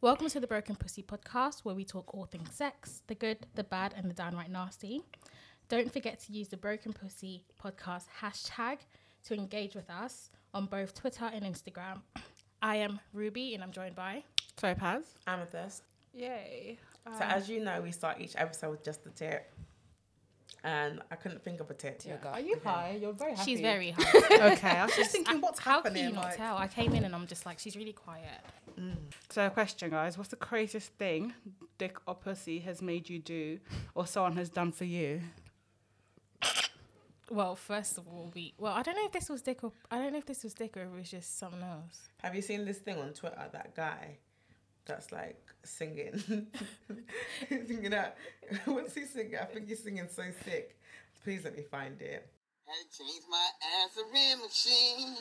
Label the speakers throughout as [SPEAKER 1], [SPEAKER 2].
[SPEAKER 1] Welcome to the Broken Pussy podcast, where we talk all things sex the good, the bad, and the downright nasty. Don't forget to use the Broken Pussy podcast hashtag to engage with us on both Twitter and Instagram. I am Ruby, and I'm joined by.
[SPEAKER 2] So Paz.
[SPEAKER 3] Amethyst.
[SPEAKER 2] Yay.
[SPEAKER 1] Um,
[SPEAKER 3] so as you know, we start each episode with just the tip. And I couldn't think of a tip.
[SPEAKER 4] Are you high? You're very happy.
[SPEAKER 1] She's very high.
[SPEAKER 2] Okay. I was just-
[SPEAKER 3] Just thinking what's
[SPEAKER 1] How can
[SPEAKER 3] happening.
[SPEAKER 1] you not
[SPEAKER 3] like-
[SPEAKER 1] tell? I came in and I'm just like, she's really quiet.
[SPEAKER 2] so a question, guys. What's the craziest thing dick or pussy has made you do or someone has done for you?
[SPEAKER 1] Well, first of all, we well, I don't know if this was dick or I don't know if this was dick or if it was just something else.
[SPEAKER 3] Have you seen this thing on Twitter? That guy that's like singing. He's singing that. What's he singing? I think he's singing so sick. Please let me find it.
[SPEAKER 5] Had to change my answering machine.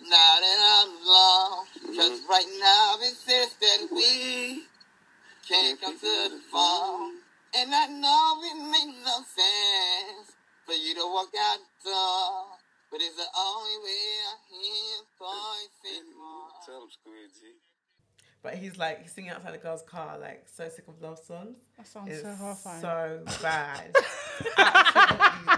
[SPEAKER 5] Now that I'm lost, 'cause right now it says that we can't come to the phone. And I know it makes no sense for you to walk out the door, but it's the only way I hear voice anymore.
[SPEAKER 6] Tell him, Squeegee.
[SPEAKER 3] But he's like he's singing outside the girl's car, like so sick of love songs.
[SPEAKER 2] That sounds
[SPEAKER 3] It's
[SPEAKER 2] so horrifying.
[SPEAKER 3] so bad.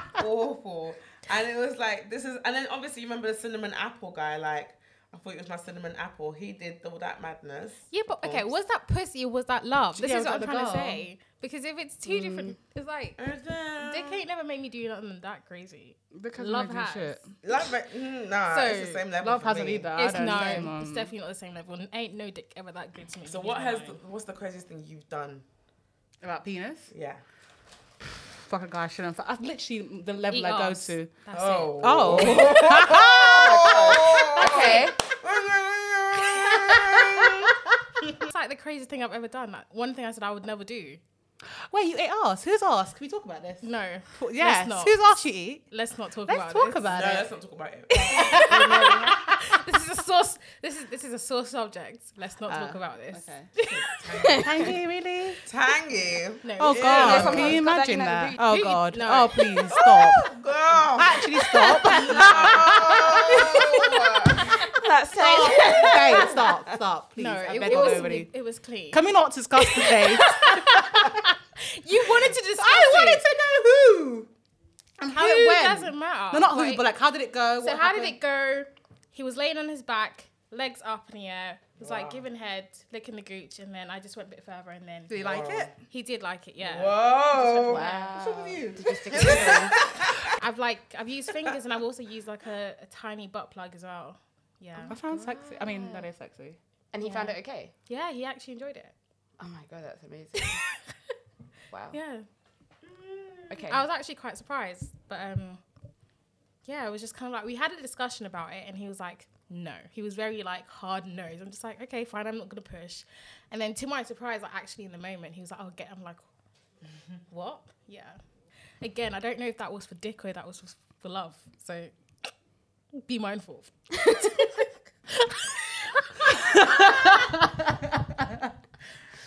[SPEAKER 3] Absolutely awful. And it was like, this is, and then obviously you remember the cinnamon apple guy, like, I thought it was my cinnamon apple. He did all that madness.
[SPEAKER 1] Yeah, but okay,
[SPEAKER 3] Oops.
[SPEAKER 1] was that pussy or was that love? This
[SPEAKER 2] Yeah,
[SPEAKER 1] is
[SPEAKER 2] was
[SPEAKER 1] what I'm
[SPEAKER 2] that the
[SPEAKER 1] trying to
[SPEAKER 2] girl?
[SPEAKER 1] say. Because if it's two different, it's like
[SPEAKER 3] Uh,
[SPEAKER 1] dick ain't never made me do nothing that crazy.
[SPEAKER 2] Because
[SPEAKER 1] Love
[SPEAKER 2] love has.
[SPEAKER 1] has.
[SPEAKER 2] Shit.
[SPEAKER 3] Love, it- mm, nah, it's
[SPEAKER 1] So,
[SPEAKER 3] the same level.
[SPEAKER 2] Love
[SPEAKER 3] for
[SPEAKER 2] hasn't
[SPEAKER 3] me.
[SPEAKER 2] either.
[SPEAKER 1] it's
[SPEAKER 2] I don't
[SPEAKER 1] no,
[SPEAKER 2] know, mum.
[SPEAKER 1] it's definitely not the same level. And ain't no dick ever that good to me.
[SPEAKER 3] So what has the, what's the craziest thing you've done?
[SPEAKER 2] about penis.
[SPEAKER 3] Yeah.
[SPEAKER 2] Fuck a guy shit. I'm- That's literally the level
[SPEAKER 1] Eat
[SPEAKER 2] I go
[SPEAKER 1] ass.
[SPEAKER 2] to.
[SPEAKER 1] That's it.
[SPEAKER 2] Oh. okay.
[SPEAKER 1] It's like the craziest thing I've ever done. Like one thing I said I would never do.
[SPEAKER 2] Wait, you ate ass. Who's ass? Can we talk about this?
[SPEAKER 1] No,
[SPEAKER 2] Yes.
[SPEAKER 1] not.
[SPEAKER 2] Who's ass you eat?
[SPEAKER 1] let's not talk
[SPEAKER 2] Let's
[SPEAKER 1] about
[SPEAKER 2] talk
[SPEAKER 1] this.
[SPEAKER 2] about
[SPEAKER 3] no,
[SPEAKER 2] it.
[SPEAKER 3] let's not talk about it.
[SPEAKER 1] this is a source. This is this is a sore subject. Let's not
[SPEAKER 2] Uh,
[SPEAKER 1] talk about this.
[SPEAKER 2] Thank you, really?
[SPEAKER 3] Tangy.
[SPEAKER 1] No.
[SPEAKER 2] Oh, God.
[SPEAKER 4] someone
[SPEAKER 2] Can you
[SPEAKER 4] got that
[SPEAKER 2] imagine
[SPEAKER 4] in that
[SPEAKER 2] that?
[SPEAKER 4] boot.
[SPEAKER 2] Oh,
[SPEAKER 1] Boot,
[SPEAKER 2] God.
[SPEAKER 1] no.
[SPEAKER 2] Oh, please, stop.
[SPEAKER 3] Girl.
[SPEAKER 2] Actually, stop.
[SPEAKER 4] That's it.
[SPEAKER 2] okay, stop, stop, please.
[SPEAKER 1] No,
[SPEAKER 2] I
[SPEAKER 1] it,
[SPEAKER 2] beg
[SPEAKER 1] it
[SPEAKER 2] of
[SPEAKER 1] was
[SPEAKER 2] everybody.
[SPEAKER 1] it was clean.
[SPEAKER 2] Can we not discuss the date?
[SPEAKER 1] You wanted to discuss
[SPEAKER 2] I wanted
[SPEAKER 1] it.
[SPEAKER 2] to know who and how
[SPEAKER 1] Who
[SPEAKER 2] it went.
[SPEAKER 1] doesn't matter.
[SPEAKER 2] No, not who,
[SPEAKER 1] Like,
[SPEAKER 2] but like, how did it go?
[SPEAKER 1] So how did it go? He was laying on his back, legs up in the air. He was like giving head, licking the gooch, and then I just went a bit further, and then
[SPEAKER 2] Did you like it?
[SPEAKER 1] he did like it. Yeah.
[SPEAKER 3] Whoa.
[SPEAKER 2] Wow.
[SPEAKER 3] What's up with you?
[SPEAKER 1] I've like I've used fingers, and I've also used like a, a tiny butt plug as well. Yeah.
[SPEAKER 2] That sounds sexy. I mean, that is sexy.
[SPEAKER 4] And he found it okay.
[SPEAKER 1] Yeah, he actually enjoyed it.
[SPEAKER 4] Oh my god, that's amazing. wow.
[SPEAKER 1] Yeah.
[SPEAKER 4] Okay.
[SPEAKER 1] I was actually quite surprised, but um, yeah, it was just kind of like we had a discussion about it, and he was like, "No," he was very like hard nosed. I'm just like, "Okay, fine, I'm not gonna push." And then to my surprise, like actually in the moment, he was like, "I'll get." I'm like, "What?" Yeah. Again, I don't know if that was for dick or that was for love. So be mindful.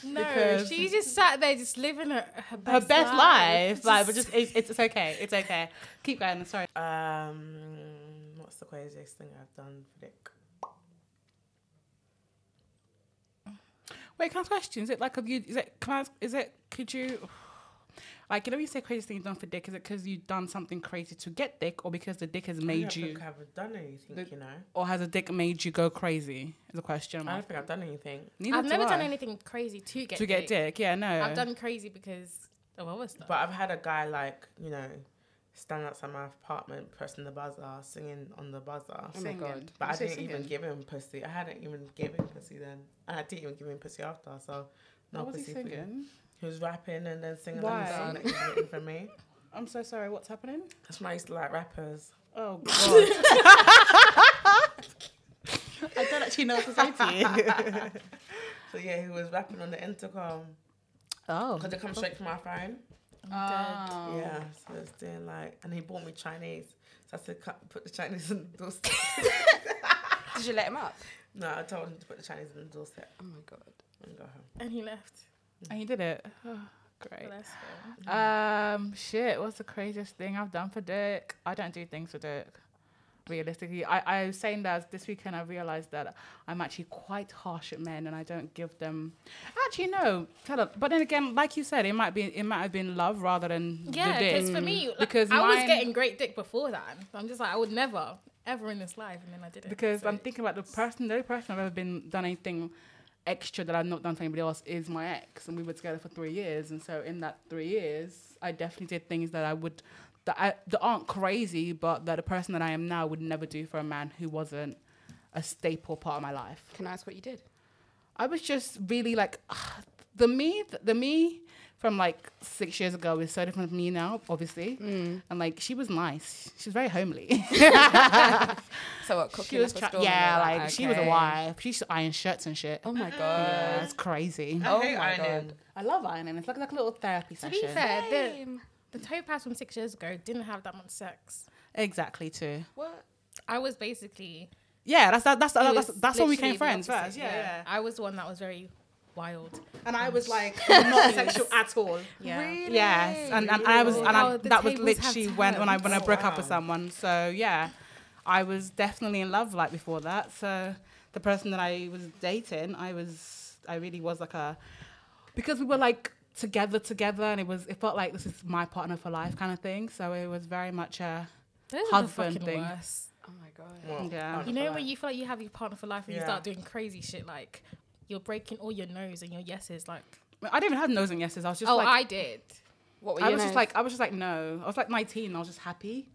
[SPEAKER 1] no,
[SPEAKER 2] Because-
[SPEAKER 1] she just sat there, just living her her
[SPEAKER 2] Her
[SPEAKER 1] best,
[SPEAKER 2] best
[SPEAKER 1] life.
[SPEAKER 2] life, like, but just it's, it's, it's okay. It's okay. Keep going. Sorry.
[SPEAKER 3] Um, what's the craziest thing I've done for Dick?
[SPEAKER 2] Wait, can I ask a question? Is it like have you? Is it? Can I ask? Is it? Could you? Like, you know, when you say crazy thing you've done for dick, is it because you've done something crazy to get dick, or because the dick has
[SPEAKER 3] I
[SPEAKER 2] made
[SPEAKER 3] don't
[SPEAKER 2] you,
[SPEAKER 3] think I've done anything,
[SPEAKER 2] The-
[SPEAKER 3] you know.
[SPEAKER 2] or has a dick made you go crazy? Is a question.
[SPEAKER 3] I don't think I've done anything.
[SPEAKER 2] Neither
[SPEAKER 1] I've
[SPEAKER 2] do
[SPEAKER 1] never done
[SPEAKER 2] I.
[SPEAKER 1] anything crazy to get
[SPEAKER 2] to get dick. Yeah, no.
[SPEAKER 1] I've done crazy because oh, of other stuff.
[SPEAKER 3] But I've had a guy like, you know, stand outside my apartment, pressing the buzzer, singing on the buzzer.
[SPEAKER 2] Singing.
[SPEAKER 4] God.
[SPEAKER 3] But I
[SPEAKER 2] Say
[SPEAKER 3] didn't even
[SPEAKER 2] singing.
[SPEAKER 3] give him pussy. I hadn't even given him pussy then. And I didn't even give him pussy after. So, no
[SPEAKER 2] What was he
[SPEAKER 3] pussy. for you.
[SPEAKER 2] singing?
[SPEAKER 3] He was rapping and then singing
[SPEAKER 2] Why?
[SPEAKER 3] on the song that he for me.
[SPEAKER 2] I'm so sorry. What's happening?
[SPEAKER 3] That's why I used to like rappers.
[SPEAKER 2] Oh god. I don't actually know what to say to you.
[SPEAKER 3] So, yeah, he was rapping on the intercom.
[SPEAKER 2] Oh.
[SPEAKER 3] Because it comes straight from my phone.
[SPEAKER 4] Ah.
[SPEAKER 2] Oh.
[SPEAKER 3] Yeah, so it's doing like, and he bought me Chinese. So I said, "Cut- put the Chinese in the doorstep.
[SPEAKER 4] Did you let him up?
[SPEAKER 3] no, I told him to put the Chinese in the doorstep
[SPEAKER 4] Oh my god.
[SPEAKER 3] and go home.
[SPEAKER 1] and he left.
[SPEAKER 2] And Oh, you did it. Great.
[SPEAKER 1] Bless him.
[SPEAKER 2] Um, shit. What's the craziest thing I've done for dick? I don't do things for dick. realistically. I, I was saying that this weekend I realized that I'm actually quite harsh at men and I don't give them. Actually, no. Tell it. But then again, like you said, it might be it might have been love rather than the
[SPEAKER 1] Yeah,
[SPEAKER 2] dick.
[SPEAKER 1] because for me, like,
[SPEAKER 2] Because
[SPEAKER 1] I was
[SPEAKER 2] mine-
[SPEAKER 1] getting great dick before that. I'm just like, I would never, ever in this life, and then I did it.
[SPEAKER 2] because
[SPEAKER 1] So-
[SPEAKER 2] I'm thinking about the person, the only person I've ever been done anything extra that I've not done for anybody else is my ex, and we were together for three years, and so in that three years, I definitely did things that I would that I, that aren't crazy, but that the person that I am now would never do for a man who wasn't a staple part of my life.
[SPEAKER 4] Can I ask what you did?
[SPEAKER 2] I was just really like ah, the me the me from like six years ago is so different from me now, obviously. And like she was nice, she was very homely.
[SPEAKER 4] So what? Cooking
[SPEAKER 2] she was
[SPEAKER 4] up a
[SPEAKER 2] tra-
[SPEAKER 4] storm and
[SPEAKER 2] yeah,
[SPEAKER 4] all that?
[SPEAKER 2] like she was a
[SPEAKER 4] Okay.
[SPEAKER 2] wife. She used to iron shirts and shit.
[SPEAKER 4] Oh my
[SPEAKER 1] Mm.
[SPEAKER 4] god.
[SPEAKER 2] Yeah, that's crazy.
[SPEAKER 3] I
[SPEAKER 4] Oh
[SPEAKER 3] hate
[SPEAKER 4] my
[SPEAKER 3] ironing.
[SPEAKER 4] God.
[SPEAKER 2] I love ironing. It's like like a little therapy
[SPEAKER 1] To
[SPEAKER 2] session.
[SPEAKER 1] be fair, the, the topaz from six years ago didn't have that much sex.
[SPEAKER 2] Exactly too.
[SPEAKER 4] What?
[SPEAKER 1] I was basically.
[SPEAKER 2] Yeah, that's that, that's
[SPEAKER 1] it was
[SPEAKER 2] that's that's when we
[SPEAKER 1] literally
[SPEAKER 2] became
[SPEAKER 1] the
[SPEAKER 2] friends
[SPEAKER 1] opposite,
[SPEAKER 2] first. Yeah, yeah.
[SPEAKER 1] I was the one that was very wild.
[SPEAKER 2] And I was like not sexual at all.
[SPEAKER 1] Yeah.
[SPEAKER 2] Yes, and, and I was, and
[SPEAKER 1] Wow,
[SPEAKER 2] I,
[SPEAKER 1] Oh, the
[SPEAKER 2] that was
[SPEAKER 1] tables have
[SPEAKER 2] literally when, when I when I
[SPEAKER 1] turned.
[SPEAKER 2] broke up with someone. So yeah, I was definitely in love like before that. So the person that I was dating, I was I really was like a because we were like together together, and it was it felt like this is my partner for life kind of thing. So it was very much a
[SPEAKER 1] Those are the
[SPEAKER 2] husband
[SPEAKER 1] fucking
[SPEAKER 2] thing.
[SPEAKER 1] worst.
[SPEAKER 4] Oh my god.
[SPEAKER 2] Yeah.
[SPEAKER 1] You know when you feel like you have your partner for life and you
[SPEAKER 3] Yeah.
[SPEAKER 1] start doing crazy shit like you're breaking all your no's and your yeses like
[SPEAKER 2] I didn't even have no's and yeses. I was just
[SPEAKER 1] oh
[SPEAKER 2] like
[SPEAKER 1] I did
[SPEAKER 4] What were you?
[SPEAKER 2] I was just like I was just like no. I was like 19. I was just happy.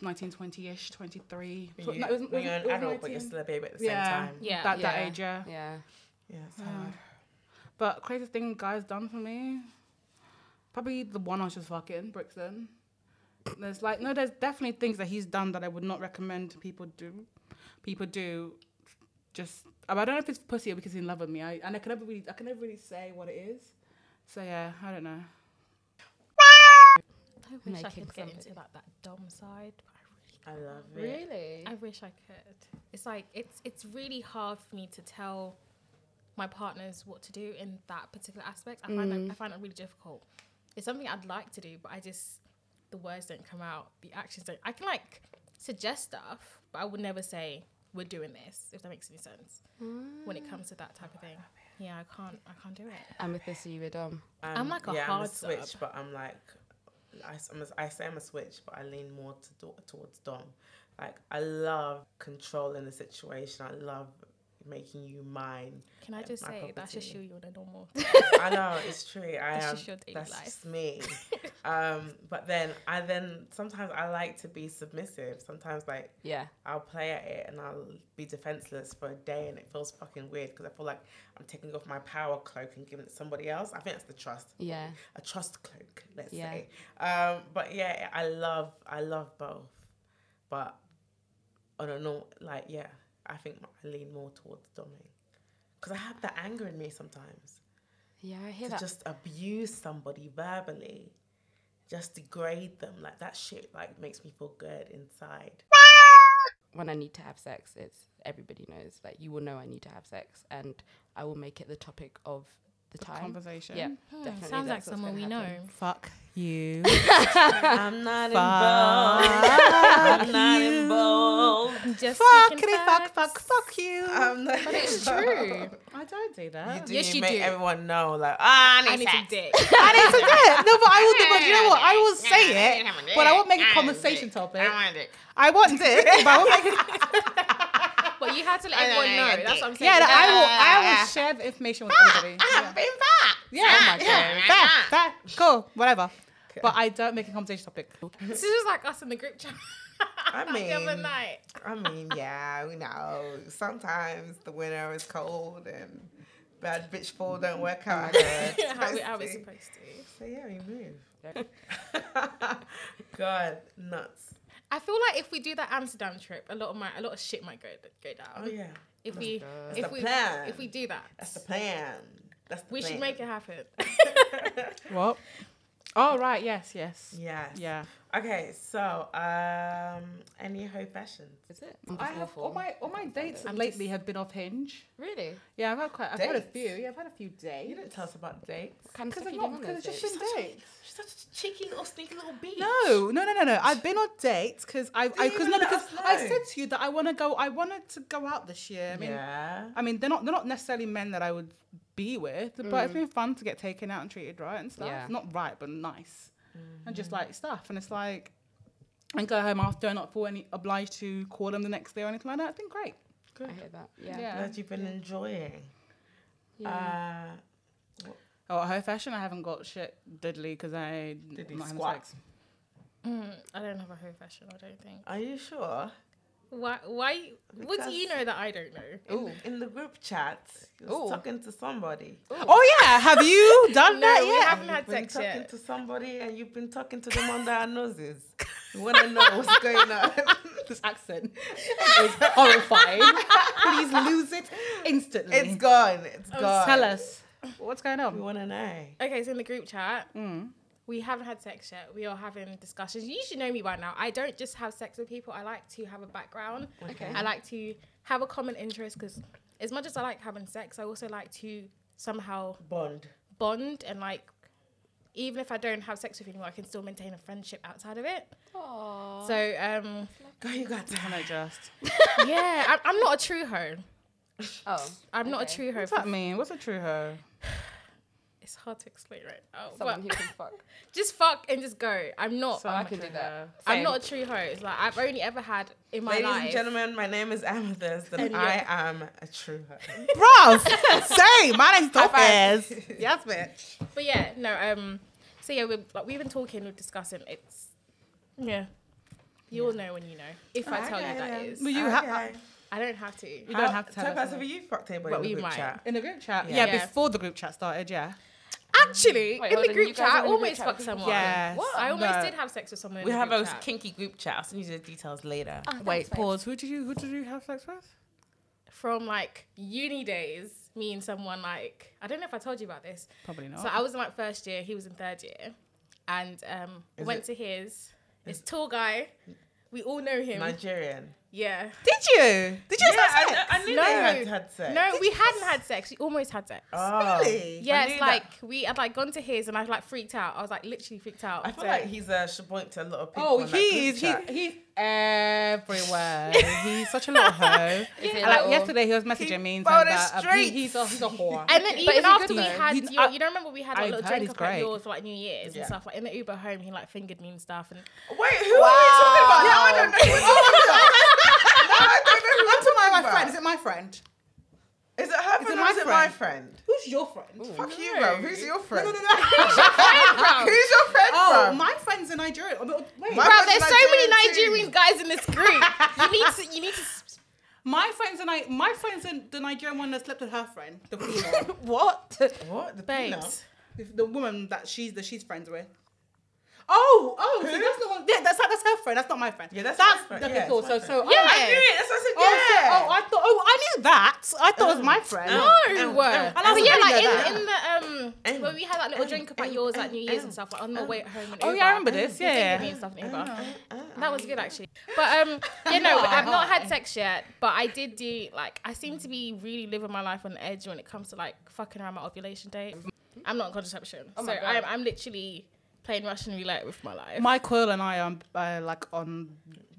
[SPEAKER 2] 19, 20 ish, 23.
[SPEAKER 3] When
[SPEAKER 2] Tw-
[SPEAKER 3] you-
[SPEAKER 2] no, it was- it
[SPEAKER 3] when
[SPEAKER 2] was-
[SPEAKER 3] you're
[SPEAKER 2] it
[SPEAKER 3] an
[SPEAKER 2] was
[SPEAKER 3] adult, but you're
[SPEAKER 2] 19.
[SPEAKER 3] still a baby at the
[SPEAKER 2] Yeah.
[SPEAKER 3] same time.
[SPEAKER 1] yeah
[SPEAKER 2] That- age, yeah.
[SPEAKER 4] Yeah.
[SPEAKER 3] Yeah, it's hard.
[SPEAKER 2] But craziest thing guys done for me, probably the one I was just fucking Brixton. There's like no, there's definitely things that he's done that I would not recommend people do. People do, just I don't know if it's pussy or because he's in love with me. I and I can never really, I can never really say what it is. So yeah, I don't know.
[SPEAKER 1] I wish I
[SPEAKER 4] Making
[SPEAKER 1] could get into
[SPEAKER 4] something.
[SPEAKER 1] like that dumb side but I really
[SPEAKER 3] I love it.
[SPEAKER 4] Really?
[SPEAKER 1] I wish I could. It's like it's it's really hard for me to tell my partners what to do in that particular aspect. I find that, I find it really difficult. It's something I'd like to do, but I just the words don't come out, the actions don't. I can like suggest stuff, but I would never say we're doing this if that makes any sense. When it comes to that type of thing, yeah, I can't I can't do it.
[SPEAKER 4] Amethyst, you were dumb.
[SPEAKER 3] Um,
[SPEAKER 1] I'm like a
[SPEAKER 3] yeah, I'm a
[SPEAKER 1] hard
[SPEAKER 3] switch,
[SPEAKER 1] sub.
[SPEAKER 3] but I'm like, I, s- I'm a, I say I'm a switch, but I lean more to, do- towards Dom. Like, I love controlling the situation. I love making you mine.
[SPEAKER 1] Can I
[SPEAKER 3] Yeah,
[SPEAKER 1] just
[SPEAKER 3] my
[SPEAKER 1] say that's just you,
[SPEAKER 3] property.
[SPEAKER 1] you're the normal.
[SPEAKER 3] I know it's true. I
[SPEAKER 1] That's
[SPEAKER 3] am.
[SPEAKER 1] just your daily
[SPEAKER 3] that's
[SPEAKER 1] life.
[SPEAKER 3] just me. um, but then I then sometimes I like to be submissive. Sometimes like
[SPEAKER 4] Yeah.
[SPEAKER 3] I'll play at it and I'll be defenseless for a day, and it feels fucking weird because I feel like I'm taking off my power cloak and giving it to somebody else. I think that's the trust.
[SPEAKER 4] Yeah.
[SPEAKER 3] A trust cloak, let's
[SPEAKER 4] Yeah.
[SPEAKER 3] say. Um, but yeah, I love I love both, but I don't know. Like yeah, I think I lean more towards doming because I have that anger in me sometimes
[SPEAKER 4] Yeah, I hear
[SPEAKER 3] to
[SPEAKER 4] that.
[SPEAKER 3] just abuse somebody verbally, just degrade them. Like that shit like makes me feel good inside.
[SPEAKER 4] when I need to have sex, it's everybody knows. Like you will know I need to have sex, and I will make it the topic of the time.
[SPEAKER 2] Conversation.
[SPEAKER 4] Yeah, definitely.
[SPEAKER 1] Sounds like
[SPEAKER 4] that's what's
[SPEAKER 1] someone we
[SPEAKER 4] gonna
[SPEAKER 1] know.
[SPEAKER 4] happen.
[SPEAKER 2] Fuck you.
[SPEAKER 3] I'm not involved.
[SPEAKER 2] fuck
[SPEAKER 3] I'm not involved.
[SPEAKER 1] Just
[SPEAKER 2] fuck,
[SPEAKER 1] speaking
[SPEAKER 2] fuck,
[SPEAKER 1] facts.
[SPEAKER 2] fuck, fuck you.
[SPEAKER 3] I'm not
[SPEAKER 1] But it's
[SPEAKER 3] involved.
[SPEAKER 1] true.
[SPEAKER 2] I don't do that.
[SPEAKER 3] You do
[SPEAKER 1] Yes,
[SPEAKER 3] you
[SPEAKER 1] you
[SPEAKER 3] make
[SPEAKER 1] do.
[SPEAKER 3] everyone know like ah I
[SPEAKER 1] I
[SPEAKER 3] need
[SPEAKER 1] need
[SPEAKER 3] sex.
[SPEAKER 1] some dick.
[SPEAKER 2] I need to do it. No, but I will do. But you know what? I will say it, but I won't make a conversation topic. I want dick, but I won't make. it-
[SPEAKER 1] But you had to let everyone know. That's what I'm saying.
[SPEAKER 2] Yeah, that I will. I will share the information with everybody. Yeah,
[SPEAKER 3] been back.
[SPEAKER 2] yeah, oh my God. Fair, fair, cool, whatever. But I don't make a conversation topic.
[SPEAKER 1] This is like us in the group chat.
[SPEAKER 3] I
[SPEAKER 1] the other
[SPEAKER 3] mean-
[SPEAKER 1] night.
[SPEAKER 3] I mean, yeah, we know. Sometimes the winter is cold and bad bitch fall don't work out.
[SPEAKER 1] how, we, how we're supposed to.
[SPEAKER 3] So yeah, we move. God, nuts.
[SPEAKER 1] I feel like if we do that Amsterdam trip, a lot of my a lot of shit might go go down.
[SPEAKER 3] Oh yeah,
[SPEAKER 1] If we
[SPEAKER 3] That's
[SPEAKER 1] if
[SPEAKER 3] the
[SPEAKER 1] we
[SPEAKER 3] plan.
[SPEAKER 1] if we do that,
[SPEAKER 3] that's the plan. That's the
[SPEAKER 1] we
[SPEAKER 3] plan.
[SPEAKER 1] should make it happen.
[SPEAKER 2] What? Oh right, yes, yes,
[SPEAKER 3] Yes.
[SPEAKER 2] yeah.
[SPEAKER 3] Okay, so um, any hoe fashions?
[SPEAKER 4] Is it?
[SPEAKER 2] I have all my all my dates
[SPEAKER 1] I'm
[SPEAKER 2] lately have been off Hinge.
[SPEAKER 4] really.
[SPEAKER 2] Yeah, I've had quite. I've had a
[SPEAKER 3] Dates?
[SPEAKER 2] few. Yeah, I've had a few
[SPEAKER 3] You
[SPEAKER 2] dates.
[SPEAKER 3] didn't tell us about dates.
[SPEAKER 4] Kind of
[SPEAKER 2] Because
[SPEAKER 4] stuff
[SPEAKER 2] I've
[SPEAKER 4] you do
[SPEAKER 2] not.
[SPEAKER 4] on
[SPEAKER 2] Because
[SPEAKER 4] those
[SPEAKER 2] it's just
[SPEAKER 4] dates.
[SPEAKER 2] been dates.
[SPEAKER 3] She's such a cheeky little sneaky little bitch.
[SPEAKER 2] No, no, no, no, no. I've been on dates because I, I, because
[SPEAKER 3] even
[SPEAKER 2] no,
[SPEAKER 3] let
[SPEAKER 2] because
[SPEAKER 3] us
[SPEAKER 2] I
[SPEAKER 3] know.
[SPEAKER 2] said to you that I want to go. I wanted to go out this year. I mean,
[SPEAKER 3] yeah.
[SPEAKER 2] I mean, they're not they're not necessarily men that I would be with, but it's been fun to get taken out and treated right and stuff.
[SPEAKER 4] Yeah.
[SPEAKER 2] Not right, but nice, and just like stuff. And it's like, and go home after and not feel any obliged to call them the next day or anything like that. It's been great.
[SPEAKER 4] I hear that. Yeah.
[SPEAKER 2] Yeah.
[SPEAKER 3] That you've been enjoying.
[SPEAKER 4] Yeah.
[SPEAKER 3] Uh,
[SPEAKER 2] Oh, at her fashion, I haven't got shit diddly because I
[SPEAKER 3] Diddly
[SPEAKER 2] I'm not having
[SPEAKER 3] squat.
[SPEAKER 2] sex.
[SPEAKER 1] Mm, I don't have a hoe fashion. I don't think.
[SPEAKER 3] are you sure?
[SPEAKER 1] Why? Why? What do you
[SPEAKER 3] Because-
[SPEAKER 1] know that I don't know?
[SPEAKER 3] In, the- in the group chat, you was
[SPEAKER 4] Ooh.
[SPEAKER 3] talking to somebody.
[SPEAKER 2] Oh yeah, have you
[SPEAKER 1] No,
[SPEAKER 2] done that
[SPEAKER 1] we
[SPEAKER 2] yet?
[SPEAKER 1] haven't had
[SPEAKER 3] You've been
[SPEAKER 1] sex
[SPEAKER 3] talking
[SPEAKER 1] yet.
[SPEAKER 3] to somebody and you've been talking to them under our noses. We want to know what's going on.
[SPEAKER 2] this accent is horrifying. Please lose it instantly.
[SPEAKER 3] it's gone. It's
[SPEAKER 1] Oh,
[SPEAKER 3] gone.
[SPEAKER 2] Tell us what's going
[SPEAKER 3] We
[SPEAKER 2] on.
[SPEAKER 3] want to know.
[SPEAKER 1] Okay, so in the group chat,
[SPEAKER 4] Mm.
[SPEAKER 1] we haven't had sex yet. We are having discussions. You should know me by now. I don't just have sex with people. I like to have a background.
[SPEAKER 4] Okay.
[SPEAKER 1] I like to have a common interest because, as much as I like having sex, I also like to somehow
[SPEAKER 3] Bond.
[SPEAKER 1] bond and like, even if I don't have sex with anyone, I can still maintain a friendship outside of it.
[SPEAKER 4] Aw.
[SPEAKER 1] So um,
[SPEAKER 3] Girl, you got
[SPEAKER 2] Can
[SPEAKER 3] time.
[SPEAKER 2] I just?
[SPEAKER 1] yeah, I'm, I'm not a true hoe.
[SPEAKER 4] Oh.
[SPEAKER 1] I'm not a
[SPEAKER 4] Okay.
[SPEAKER 1] true hoe.
[SPEAKER 2] What's that mean? What's a true hoe?
[SPEAKER 1] It's hard to explain right now.
[SPEAKER 4] Someone who
[SPEAKER 1] but
[SPEAKER 4] can fuck.
[SPEAKER 1] just fuck and just go. I'm not.
[SPEAKER 2] So
[SPEAKER 4] I
[SPEAKER 2] I'm a
[SPEAKER 4] can
[SPEAKER 2] true
[SPEAKER 4] do that.
[SPEAKER 2] hoe.
[SPEAKER 1] I'm
[SPEAKER 4] Same.
[SPEAKER 1] not a true hoe. It's like I've only ever had in my
[SPEAKER 3] Ladies
[SPEAKER 1] life.
[SPEAKER 3] and gentlemen, my name is Amethyst and
[SPEAKER 1] And
[SPEAKER 3] I
[SPEAKER 1] yeah.
[SPEAKER 3] am a true hoe.
[SPEAKER 2] Bruv, same. My name's Topaz.
[SPEAKER 3] yes, bitch.
[SPEAKER 1] But yeah, no. Um. So yeah, we've like we've been talking, we're discussing. It's yeah. You'll know when you know. If I tell you that is,
[SPEAKER 2] Will you ha-
[SPEAKER 1] I don't have to.
[SPEAKER 2] You don't have to tell
[SPEAKER 3] Topaz,
[SPEAKER 2] us.
[SPEAKER 3] have you fucked anybody
[SPEAKER 1] Well,
[SPEAKER 3] in the
[SPEAKER 1] we
[SPEAKER 3] group
[SPEAKER 1] might.
[SPEAKER 3] chat?
[SPEAKER 2] In the group chat, yeah, Oh,
[SPEAKER 3] Yeah.
[SPEAKER 1] Yeah.
[SPEAKER 2] before the group chat started, yeah,
[SPEAKER 1] Actually,
[SPEAKER 4] Wait,
[SPEAKER 1] in
[SPEAKER 4] hold
[SPEAKER 1] the
[SPEAKER 4] on, you
[SPEAKER 1] group
[SPEAKER 4] guys
[SPEAKER 1] chat,
[SPEAKER 4] are
[SPEAKER 1] I
[SPEAKER 4] in the group
[SPEAKER 1] almost
[SPEAKER 4] chat
[SPEAKER 1] fucked
[SPEAKER 4] with
[SPEAKER 1] someone.
[SPEAKER 2] yes.
[SPEAKER 1] I almost
[SPEAKER 2] No.
[SPEAKER 1] did have sex with someone.
[SPEAKER 3] We
[SPEAKER 1] in
[SPEAKER 3] have
[SPEAKER 1] the
[SPEAKER 3] a
[SPEAKER 1] group chat.
[SPEAKER 3] kinky group chat. I'll send you the details later.
[SPEAKER 2] Wait, pause. Who did you who did you have sex with?
[SPEAKER 1] from like uni days. Me and someone like I don't know if I told you about this.
[SPEAKER 2] Probably not.
[SPEAKER 1] So I was in like first year, he was in third year, and um,
[SPEAKER 3] Is
[SPEAKER 1] went
[SPEAKER 3] it-
[SPEAKER 1] to his. This tall guy, we all know him.
[SPEAKER 3] Nigerian.
[SPEAKER 1] Yeah.
[SPEAKER 2] did you? Did you
[SPEAKER 3] Yeah, I, kn- I knew
[SPEAKER 1] No.
[SPEAKER 3] they had had sex.
[SPEAKER 1] No, we hadn't had sex. We almost had sex.
[SPEAKER 3] Oh.
[SPEAKER 2] Really?
[SPEAKER 1] Yeah,
[SPEAKER 3] I knew
[SPEAKER 1] it's
[SPEAKER 3] that-
[SPEAKER 1] like we had like gone to his and I like freaked out. I was like literally freaked out.
[SPEAKER 3] I feel
[SPEAKER 1] So-
[SPEAKER 3] like he's a shaboink to a lot of people.
[SPEAKER 2] Oh,
[SPEAKER 3] in that group
[SPEAKER 2] he is. He,
[SPEAKER 3] chat.
[SPEAKER 2] he's everywhere. he's such a little hoe.
[SPEAKER 4] Is he
[SPEAKER 2] And, like
[SPEAKER 4] little?
[SPEAKER 2] yesterday, he was messaging me and saying
[SPEAKER 3] He bought
[SPEAKER 2] that
[SPEAKER 3] his
[SPEAKER 2] uh, he,
[SPEAKER 3] streets.
[SPEAKER 2] he's, a, he's a whore.
[SPEAKER 1] and then
[SPEAKER 4] is he
[SPEAKER 1] even after
[SPEAKER 4] good
[SPEAKER 1] we
[SPEAKER 4] though?
[SPEAKER 1] had,
[SPEAKER 2] He's-
[SPEAKER 1] your,
[SPEAKER 2] I-
[SPEAKER 1] you don't remember we had a
[SPEAKER 2] I've
[SPEAKER 1] little
[SPEAKER 2] heard
[SPEAKER 1] drink
[SPEAKER 2] he's
[SPEAKER 1] up at
[SPEAKER 2] great.
[SPEAKER 1] yours for like New Year's
[SPEAKER 3] Yeah.
[SPEAKER 1] and stuff. Like in the Uber home, he like fingered me and stuff. And
[SPEAKER 3] Wait, who are you talking about? No, I don't know who you're talking about. No, I don't know who you're
[SPEAKER 2] I'm talking about my
[SPEAKER 3] about.
[SPEAKER 2] friend. Is it my friend?
[SPEAKER 3] Is it her friend or
[SPEAKER 2] my
[SPEAKER 3] is it my friend?
[SPEAKER 2] Who's your friend?
[SPEAKER 3] Fuck you, bro. Who's your friend?
[SPEAKER 2] No, no, no.
[SPEAKER 3] Who's your friend,
[SPEAKER 2] oh,
[SPEAKER 3] bro?
[SPEAKER 2] my friend's a Nigerian. Oh, but Wait,
[SPEAKER 1] bro,
[SPEAKER 3] My- friend's
[SPEAKER 1] there's so many Nigerian
[SPEAKER 3] Nigerian
[SPEAKER 1] guys in this group. you need to, you need to. s-
[SPEAKER 2] my friend's a Ni- my friend's a, the Nigerian one that slept with her friend, the female. what?
[SPEAKER 3] What? The
[SPEAKER 1] Babes,
[SPEAKER 2] The, the woman that she's that she's friends with. Oh, oh, so that's the one. Yeah, that's that's her friend. That's not my friend.
[SPEAKER 3] Yeah, that's my friend.
[SPEAKER 2] Okay,
[SPEAKER 3] Yeah,
[SPEAKER 2] cool.
[SPEAKER 3] it's my
[SPEAKER 2] So, so
[SPEAKER 1] Yeah.
[SPEAKER 2] Oh,
[SPEAKER 3] I knew it. That's what I said.
[SPEAKER 2] Oh, so-
[SPEAKER 3] yeah.
[SPEAKER 2] oh, I thought. Oh, I knew that. I thought it was my friend.
[SPEAKER 1] No.
[SPEAKER 3] um,
[SPEAKER 1] but
[SPEAKER 2] um,
[SPEAKER 1] yeah,
[SPEAKER 2] I
[SPEAKER 1] like
[SPEAKER 2] know
[SPEAKER 1] in, in
[SPEAKER 3] that.
[SPEAKER 1] the um,
[SPEAKER 3] Um,
[SPEAKER 1] when we had that little
[SPEAKER 3] um,
[SPEAKER 1] drink up at
[SPEAKER 3] um,
[SPEAKER 1] yours at
[SPEAKER 3] um,
[SPEAKER 1] New Year's
[SPEAKER 3] um,
[SPEAKER 1] and stuff, like on my way home. in
[SPEAKER 2] Oh, yeah, I
[SPEAKER 1] Uber,
[SPEAKER 2] remember this,
[SPEAKER 1] he fingered
[SPEAKER 2] yeah.
[SPEAKER 1] me and stuff in Uber.
[SPEAKER 3] Uh,
[SPEAKER 1] That was good actually. But um, you know, I've not had sex yet, but I did do like I seem to be really living my life on the edge when it comes to like fucking around my ovulation date. I'm not on contraception, so
[SPEAKER 4] Oh my God.
[SPEAKER 1] I'm I'm literally playing Russian roulette with my life.
[SPEAKER 2] Mike Quill and I are uh, like on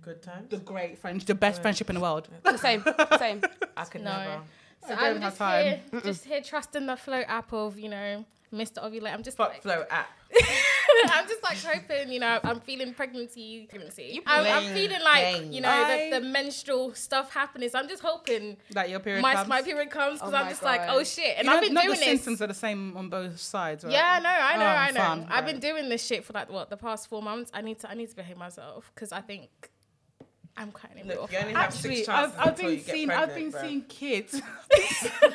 [SPEAKER 3] Good time.
[SPEAKER 2] the great friendship, the best friendship in the world.
[SPEAKER 4] Same. Same.
[SPEAKER 3] I could
[SPEAKER 1] No.
[SPEAKER 3] never.
[SPEAKER 1] so
[SPEAKER 2] don't
[SPEAKER 1] I'm
[SPEAKER 2] have
[SPEAKER 1] just
[SPEAKER 2] time.
[SPEAKER 1] here, just here trusting the float app of you know Mr. Ovulate. I'm just
[SPEAKER 3] Fuck
[SPEAKER 1] like,
[SPEAKER 3] Flow app.
[SPEAKER 1] I'm just like hoping you know I'm feeling pregnancy. pregnancy.
[SPEAKER 4] You
[SPEAKER 1] I'm, I'm
[SPEAKER 3] playing
[SPEAKER 1] feeling like
[SPEAKER 3] games.
[SPEAKER 1] you know
[SPEAKER 2] I-
[SPEAKER 1] the, the menstrual stuff happening. So I'm just hoping.
[SPEAKER 2] That your period
[SPEAKER 1] My,
[SPEAKER 2] comes.
[SPEAKER 1] my period comes because
[SPEAKER 4] Oh
[SPEAKER 1] I'm
[SPEAKER 4] my
[SPEAKER 1] just like,
[SPEAKER 4] God.
[SPEAKER 1] oh shit. And
[SPEAKER 2] You know,
[SPEAKER 1] I've been
[SPEAKER 2] not
[SPEAKER 1] doing
[SPEAKER 2] the
[SPEAKER 1] this.
[SPEAKER 2] symptoms are the same on both sides, right?
[SPEAKER 1] Yeah, no, I know,
[SPEAKER 2] Oh,
[SPEAKER 1] I know.
[SPEAKER 2] fun,
[SPEAKER 1] I've
[SPEAKER 2] right.
[SPEAKER 1] been doing this shit for like what the past four months. I need to, I need to behave myself because I think I'm cutting it
[SPEAKER 3] Look,
[SPEAKER 1] off.
[SPEAKER 3] you only have
[SPEAKER 2] Actually,
[SPEAKER 3] six
[SPEAKER 2] I've,
[SPEAKER 3] chances
[SPEAKER 2] I've
[SPEAKER 3] until
[SPEAKER 2] been
[SPEAKER 3] you get
[SPEAKER 2] seeing
[SPEAKER 3] pregnant,
[SPEAKER 2] I've been
[SPEAKER 3] bruv.
[SPEAKER 2] seeing kids
[SPEAKER 3] Not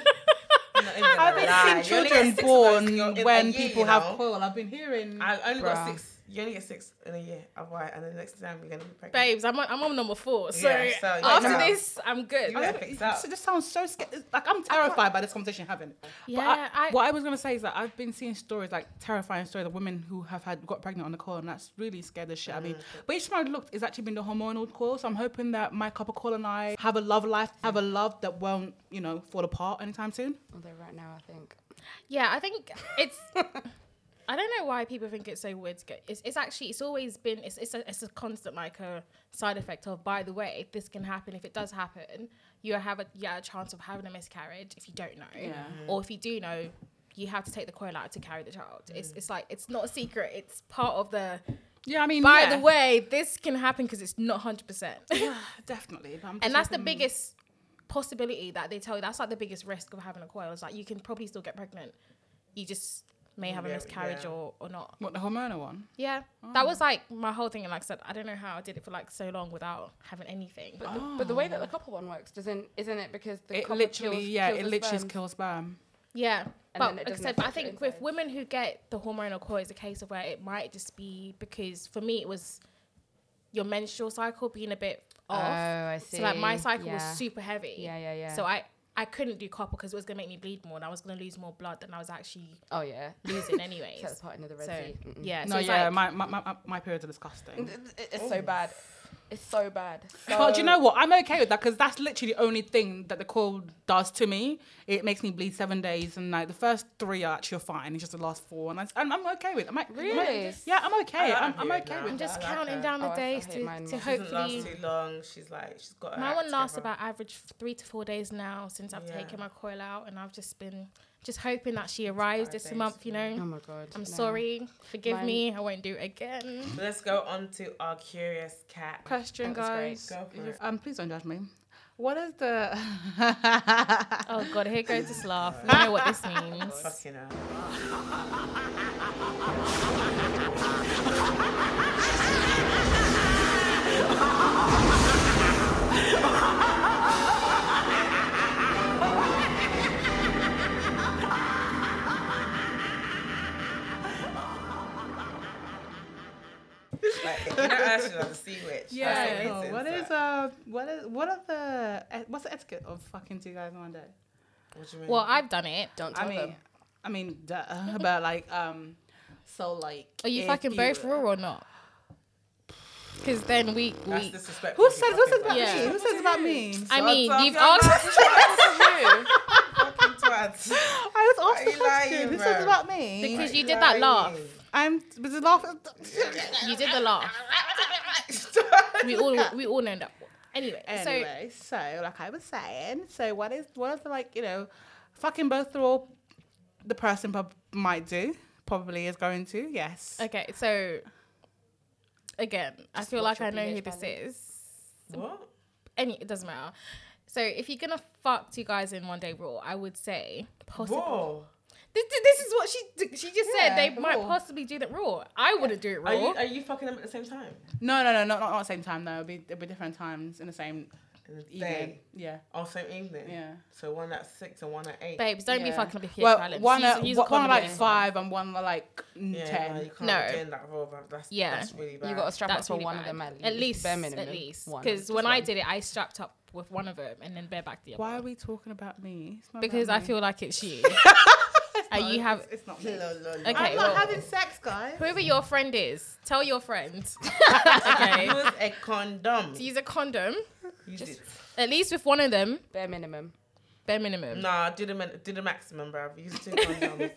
[SPEAKER 3] even a
[SPEAKER 2] I've
[SPEAKER 3] lie.
[SPEAKER 2] been
[SPEAKER 3] You
[SPEAKER 2] seeing
[SPEAKER 3] only get
[SPEAKER 2] children
[SPEAKER 3] six of those in your-
[SPEAKER 2] born
[SPEAKER 3] in a
[SPEAKER 2] when
[SPEAKER 3] year,
[SPEAKER 2] people
[SPEAKER 3] you
[SPEAKER 2] have
[SPEAKER 3] know.
[SPEAKER 2] Quill. I've been hearing
[SPEAKER 3] I only got
[SPEAKER 2] Bruh.
[SPEAKER 3] six You only get six in a year, otherwise, and the next time you're gonna be pregnant.
[SPEAKER 1] babes. I'm on, I'm on number four. So,
[SPEAKER 3] Yeah, so, yeah,
[SPEAKER 1] after
[SPEAKER 3] no.
[SPEAKER 1] this, I'm good.
[SPEAKER 3] You better fix up.
[SPEAKER 2] So this sounds so scared. Like I'm terrified by this conversation you're having.
[SPEAKER 1] Yeah,
[SPEAKER 2] I,
[SPEAKER 1] I-
[SPEAKER 2] what I was gonna say is that I've been seeing stories like terrifying stories of women who have had got pregnant on the call, and that's really scared the shit out of me. But each time I looked, it's actually been the hormonal call. So I'm hoping that my cup of call and I have a love life, have a love that won't, you know, fall apart anytime soon.
[SPEAKER 4] Although right now I think
[SPEAKER 1] Yeah, I think it's. I don't know why people think it's so weird to get. It's, it's actually it's always been it's it's a, it's a constant like a side effect of. By the way, if this can happen, if it does happen, you have a yeah a chance of having a miscarriage if you don't know, or if you do know, you have to take the coil out to carry the child. It's it's like it's not a secret. It's part of the.
[SPEAKER 2] Yeah, I mean,
[SPEAKER 1] By
[SPEAKER 2] yeah.
[SPEAKER 1] the way, this can happen because it's not hundred percent,
[SPEAKER 2] definitely. But I'm
[SPEAKER 1] and
[SPEAKER 2] just
[SPEAKER 1] that's the
[SPEAKER 2] hoping-
[SPEAKER 1] biggest possibility that they tell you. That's like the biggest risk of having a coil. It's like you can probably still get pregnant. You just may have a
[SPEAKER 3] Yeah,
[SPEAKER 1] miscarriage
[SPEAKER 3] yeah.
[SPEAKER 1] or, or not.
[SPEAKER 2] what the hormonal one.
[SPEAKER 1] Yeah.
[SPEAKER 4] Mm.
[SPEAKER 1] That was like my whole thing. And like I said, I don't know how I did it for like so long without having anything.
[SPEAKER 4] But, the, but the way that
[SPEAKER 1] Oh.
[SPEAKER 4] the couple one works doesn't isn't it because the
[SPEAKER 2] It
[SPEAKER 4] couple
[SPEAKER 2] literally,
[SPEAKER 4] kills-
[SPEAKER 2] yeah,
[SPEAKER 4] kills
[SPEAKER 2] it
[SPEAKER 4] the
[SPEAKER 2] literally
[SPEAKER 4] sperm?
[SPEAKER 2] kills spam.
[SPEAKER 1] yeah. but
[SPEAKER 4] then it
[SPEAKER 1] like I
[SPEAKER 4] doesn't
[SPEAKER 1] said, but I
[SPEAKER 4] affect your
[SPEAKER 1] think with
[SPEAKER 4] insides.
[SPEAKER 1] women who get the hormonal coil, it's a case of where it might just be because for me, it was your menstrual cycle being a bit off.
[SPEAKER 4] Oh, I
[SPEAKER 1] So like my
[SPEAKER 4] see.
[SPEAKER 1] cycle
[SPEAKER 4] Yeah.
[SPEAKER 1] was super heavy.
[SPEAKER 4] Yeah, yeah, yeah.
[SPEAKER 1] So I, I couldn't do copper because it was going to make me bleed more and I was going to lose more blood than I was actually
[SPEAKER 4] Oh yeah,
[SPEAKER 1] losing anyways.
[SPEAKER 4] Set the part into the Red
[SPEAKER 1] so,
[SPEAKER 4] Sea. Mm-mm.
[SPEAKER 1] yeah. So
[SPEAKER 2] No,
[SPEAKER 1] it's
[SPEAKER 2] yeah,
[SPEAKER 1] like,
[SPEAKER 2] my, my, my, my periods are disgusting.
[SPEAKER 4] It- it- It's so bad. It's so bad.
[SPEAKER 2] Well, do
[SPEAKER 4] So-
[SPEAKER 2] you know what? I'm okay with that because that's literally the only thing that the cold does to me. It makes me bleed seven days, and like the first three are actually fine. It's just the last four, and I, I'm, I'm okay with. it. I'm like,
[SPEAKER 4] Really?
[SPEAKER 2] yeah, I'm okay.
[SPEAKER 3] I
[SPEAKER 2] I'm,
[SPEAKER 3] like
[SPEAKER 2] I'm
[SPEAKER 3] it
[SPEAKER 2] okay
[SPEAKER 3] now.
[SPEAKER 2] with
[SPEAKER 1] I'm
[SPEAKER 2] that.
[SPEAKER 1] just
[SPEAKER 3] I like
[SPEAKER 1] counting
[SPEAKER 3] that.
[SPEAKER 1] down the
[SPEAKER 4] Oh, I- I
[SPEAKER 1] days
[SPEAKER 4] hate
[SPEAKER 1] to,
[SPEAKER 4] mine
[SPEAKER 1] to
[SPEAKER 4] more.
[SPEAKER 3] Doesn't
[SPEAKER 1] hopefully.
[SPEAKER 3] last too long. She's like, she's got. her
[SPEAKER 1] My
[SPEAKER 3] act
[SPEAKER 1] one lasts
[SPEAKER 3] together.
[SPEAKER 1] about average three to four days now since I've
[SPEAKER 3] Yeah.
[SPEAKER 1] taken my coil out, and I've just been just hoping that she arrives
[SPEAKER 3] Five
[SPEAKER 1] this
[SPEAKER 3] days,
[SPEAKER 1] month. You know,
[SPEAKER 4] Oh my god.
[SPEAKER 1] I'm
[SPEAKER 4] no.
[SPEAKER 1] sorry, forgive
[SPEAKER 4] Mine-
[SPEAKER 1] me, I won't do it again.
[SPEAKER 3] Let's go on to our curious cat.
[SPEAKER 2] Question,
[SPEAKER 4] That was great.
[SPEAKER 2] guys.
[SPEAKER 3] Go for it.
[SPEAKER 2] Um, please don't judge me. What is the?
[SPEAKER 1] Oh God, here goes this laugh. You know what this means.
[SPEAKER 3] Fucking uh, hell. Like, you know Ursula, the sea witch.
[SPEAKER 1] Yeah.
[SPEAKER 3] That's
[SPEAKER 2] Oh,
[SPEAKER 3] what
[SPEAKER 2] what
[SPEAKER 3] it
[SPEAKER 2] is uh what is what are the eh, what's the etiquette of fucking two guys in one day?
[SPEAKER 3] What do you mean?
[SPEAKER 1] Well, I've done it.
[SPEAKER 4] Don't tell
[SPEAKER 2] I mean,
[SPEAKER 4] them.
[SPEAKER 2] I mean, duh, but like um, so like
[SPEAKER 1] Are you
[SPEAKER 2] if
[SPEAKER 1] fucking both raw or not? Because then we
[SPEAKER 3] That's
[SPEAKER 1] we.
[SPEAKER 3] disrespectful.
[SPEAKER 2] Who
[SPEAKER 3] if you
[SPEAKER 2] says who
[SPEAKER 3] fucking
[SPEAKER 2] says about
[SPEAKER 1] Yeah.
[SPEAKER 2] me? Who says about me?
[SPEAKER 1] I mean,
[SPEAKER 3] Shut
[SPEAKER 1] you've
[SPEAKER 3] up,
[SPEAKER 1] asked.
[SPEAKER 3] fucking twats.
[SPEAKER 2] I was asked
[SPEAKER 3] Why
[SPEAKER 2] the
[SPEAKER 3] you lying,
[SPEAKER 2] question. Who
[SPEAKER 3] bro?
[SPEAKER 2] says about me?
[SPEAKER 1] Because you did that laugh.
[SPEAKER 2] I'm was it laugh.
[SPEAKER 1] You did the laugh. We all we all end up. Anyway, so
[SPEAKER 2] Anyway, so, like I was saying, so what is what is the, like you know, fucking both are all the person prob- might do probably is going to yes.
[SPEAKER 1] Okay, so again, I feel like
[SPEAKER 4] watch
[SPEAKER 1] I know
[SPEAKER 4] your
[SPEAKER 1] who
[SPEAKER 4] pH
[SPEAKER 1] this is.
[SPEAKER 3] What?
[SPEAKER 1] Any, it doesn't matter. So if you're gonna fuck two guys in one day raw, I would say possible.
[SPEAKER 3] Whoa.
[SPEAKER 1] This, this is what she she just said. They
[SPEAKER 2] Yeah,
[SPEAKER 1] might
[SPEAKER 2] raw.
[SPEAKER 1] possibly do that raw. I wouldn't do it raw.
[SPEAKER 3] Are you, are you fucking them at the same time?
[SPEAKER 2] No, no, no, not not at the same time though. It'll be it'll be different times in the same
[SPEAKER 3] In the
[SPEAKER 2] evening.
[SPEAKER 3] day.
[SPEAKER 2] Yeah.
[SPEAKER 3] Oh, same evening.
[SPEAKER 2] Yeah.
[SPEAKER 3] So one at six and one at eight.
[SPEAKER 1] Babes, don't be
[SPEAKER 2] Yeah.
[SPEAKER 1] fucking up your pH
[SPEAKER 2] Well,
[SPEAKER 1] balance.
[SPEAKER 2] one
[SPEAKER 1] Use-
[SPEAKER 2] at
[SPEAKER 1] use a
[SPEAKER 2] one at, like
[SPEAKER 1] condom.
[SPEAKER 2] five and one at, like n-
[SPEAKER 3] Yeah,
[SPEAKER 2] ten.
[SPEAKER 3] No, you can't
[SPEAKER 1] No.
[SPEAKER 3] be doing that role, bruv. That's,
[SPEAKER 1] Yeah.
[SPEAKER 3] that's really bad.
[SPEAKER 4] You got to strap
[SPEAKER 1] That's
[SPEAKER 4] up for
[SPEAKER 1] really
[SPEAKER 4] one
[SPEAKER 1] bad.
[SPEAKER 4] of them at least.
[SPEAKER 1] At least,
[SPEAKER 4] bare minimum.
[SPEAKER 1] at least.
[SPEAKER 4] One,
[SPEAKER 1] Because
[SPEAKER 4] just
[SPEAKER 1] when I
[SPEAKER 4] one.
[SPEAKER 1] did it, I strapped up with one of them and then bare back the other.
[SPEAKER 2] Why are we talking about me? It's not
[SPEAKER 1] Because
[SPEAKER 2] about
[SPEAKER 1] I
[SPEAKER 2] me.
[SPEAKER 1] feel like it's you. Are you have
[SPEAKER 2] it's, it's not me.
[SPEAKER 1] okay?
[SPEAKER 2] I'm
[SPEAKER 1] well-
[SPEAKER 2] not having sex, guys.
[SPEAKER 1] Whoever your friend is, tell your friend. okay.
[SPEAKER 3] Use a condom.
[SPEAKER 1] To use a condom,
[SPEAKER 3] Use it.
[SPEAKER 1] at least with one of them,
[SPEAKER 4] Bare minimum.
[SPEAKER 1] bare minimum.
[SPEAKER 3] Nah, do the min- do the maximum, bruv. Use two condoms.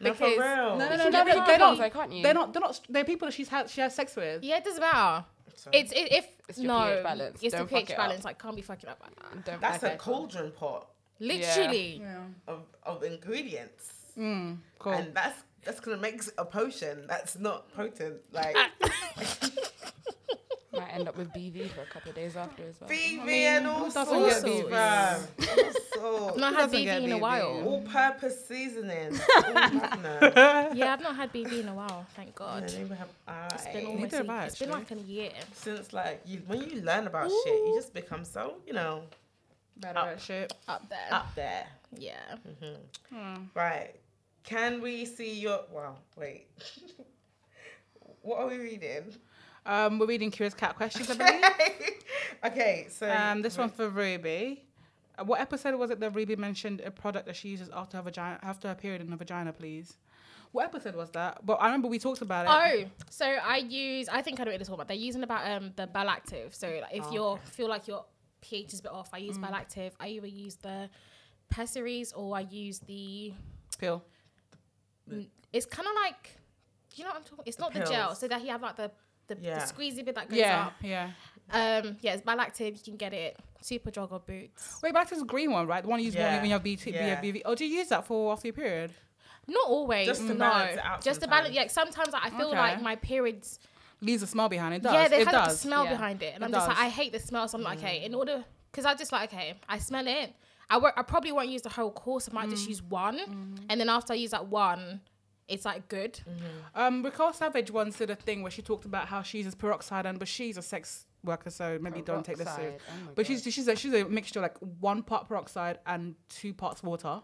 [SPEAKER 3] no, for
[SPEAKER 1] Because-
[SPEAKER 3] real.
[SPEAKER 2] No,
[SPEAKER 4] You
[SPEAKER 2] no, no,
[SPEAKER 4] can get
[SPEAKER 2] they're,
[SPEAKER 4] rid
[SPEAKER 2] they're
[SPEAKER 4] of
[SPEAKER 2] not.
[SPEAKER 4] ones, though, can't you?
[SPEAKER 2] They're not. They're not. They're people that she's had. She has sex with.
[SPEAKER 1] Yeah, it doesn't matter.
[SPEAKER 3] So
[SPEAKER 1] It's it, if
[SPEAKER 4] It's your
[SPEAKER 1] Uh, no,
[SPEAKER 4] pH balance.
[SPEAKER 1] it's
[SPEAKER 4] Don't
[SPEAKER 1] the pH
[SPEAKER 4] fuck it up.
[SPEAKER 1] balance. Like can't be fucking up like that.
[SPEAKER 4] Don't
[SPEAKER 3] that's
[SPEAKER 4] okay.
[SPEAKER 3] a cauldron pot
[SPEAKER 1] Literally,
[SPEAKER 3] of, of ingredients,
[SPEAKER 2] Mm, cool.
[SPEAKER 3] and that's that's gonna make a potion that's not potent. Like
[SPEAKER 1] Ah.
[SPEAKER 4] Might end up with BV for a couple of days after as well.
[SPEAKER 3] BV and all
[SPEAKER 2] doesn't
[SPEAKER 3] sorts,
[SPEAKER 1] get BV?
[SPEAKER 3] bruv. All sorts.
[SPEAKER 1] I've not had
[SPEAKER 2] doesn't get
[SPEAKER 1] BV in a
[SPEAKER 2] BV?
[SPEAKER 1] while.
[SPEAKER 3] All-purpose seasoning. Ooh, no.
[SPEAKER 1] Yeah, I've not had BV in a while. Thank
[SPEAKER 3] And
[SPEAKER 1] God.
[SPEAKER 3] then we have
[SPEAKER 1] It's been
[SPEAKER 3] eyes.
[SPEAKER 1] almost.
[SPEAKER 2] have I,
[SPEAKER 1] A, it's been like a
[SPEAKER 2] actually.
[SPEAKER 1] year.
[SPEAKER 3] Since like you, when you learn about shit, you just become so you know
[SPEAKER 2] Better
[SPEAKER 3] up.
[SPEAKER 2] at shit.
[SPEAKER 1] Up there.
[SPEAKER 3] up there.
[SPEAKER 1] Yeah.
[SPEAKER 3] Right. Can we see your well, wait. What are we reading?
[SPEAKER 2] Um, we're reading Curious Cat questions, I believe.
[SPEAKER 3] okay, so
[SPEAKER 2] Um, this one for Ruby. Uh, What episode was it that Ruby mentioned a product that she uses after her vagina, after her period in the vagina, please? What episode was that? But I remember we talked about it.
[SPEAKER 1] Oh, so I use. I think I know what it's called, but they're using about um the Balactive. So like,
[SPEAKER 3] Oh,
[SPEAKER 1] if you are feel like your pH is a bit off, I
[SPEAKER 2] Mm.
[SPEAKER 1] use Balactive. I either use the pessaries or I use the.
[SPEAKER 2] pill.
[SPEAKER 1] It's kind of like, do you know what I'm talking? It's not the gel,
[SPEAKER 3] pills.
[SPEAKER 1] so that you have like the the,
[SPEAKER 3] Yeah.
[SPEAKER 1] the squeezy bit that goes
[SPEAKER 2] Yeah,
[SPEAKER 1] up.
[SPEAKER 2] yeah.
[SPEAKER 1] Um, yeah, it's Balactive. You can get it. Super jog or boots.
[SPEAKER 2] Wait, back to the green one, right? The one you use
[SPEAKER 3] Yeah,
[SPEAKER 2] when you have BT,
[SPEAKER 3] yeah.
[SPEAKER 2] BFBV. Oh, do you use that for after your period?
[SPEAKER 1] Not always.
[SPEAKER 3] Just to
[SPEAKER 1] no.
[SPEAKER 3] balance it out
[SPEAKER 1] Just to balance.
[SPEAKER 3] sometimes.
[SPEAKER 1] Yeah, sometimes like, I feel
[SPEAKER 2] Okay.
[SPEAKER 1] like my periods.
[SPEAKER 2] Leaves a smell behind. It does.
[SPEAKER 1] Yeah, they
[SPEAKER 2] it
[SPEAKER 1] had like,
[SPEAKER 2] does.
[SPEAKER 1] a smell
[SPEAKER 4] yeah.
[SPEAKER 1] behind it, and
[SPEAKER 2] It
[SPEAKER 1] I'm just like,
[SPEAKER 2] does.
[SPEAKER 1] I hate the smell. So I'm like, okay, in order, because I just like, okay, I smell it. I wo- I probably won't use the whole course. I might just use one, and then after I use that one, it's like good.
[SPEAKER 2] Um, Raquel Savage once did a thing where she talked about how she uses peroxide, and but she's a sex worker, so maybe don't take this serious.
[SPEAKER 4] Peroxide, oh my
[SPEAKER 2] but she's she's a, she's a mixture like one part peroxide and two parts water,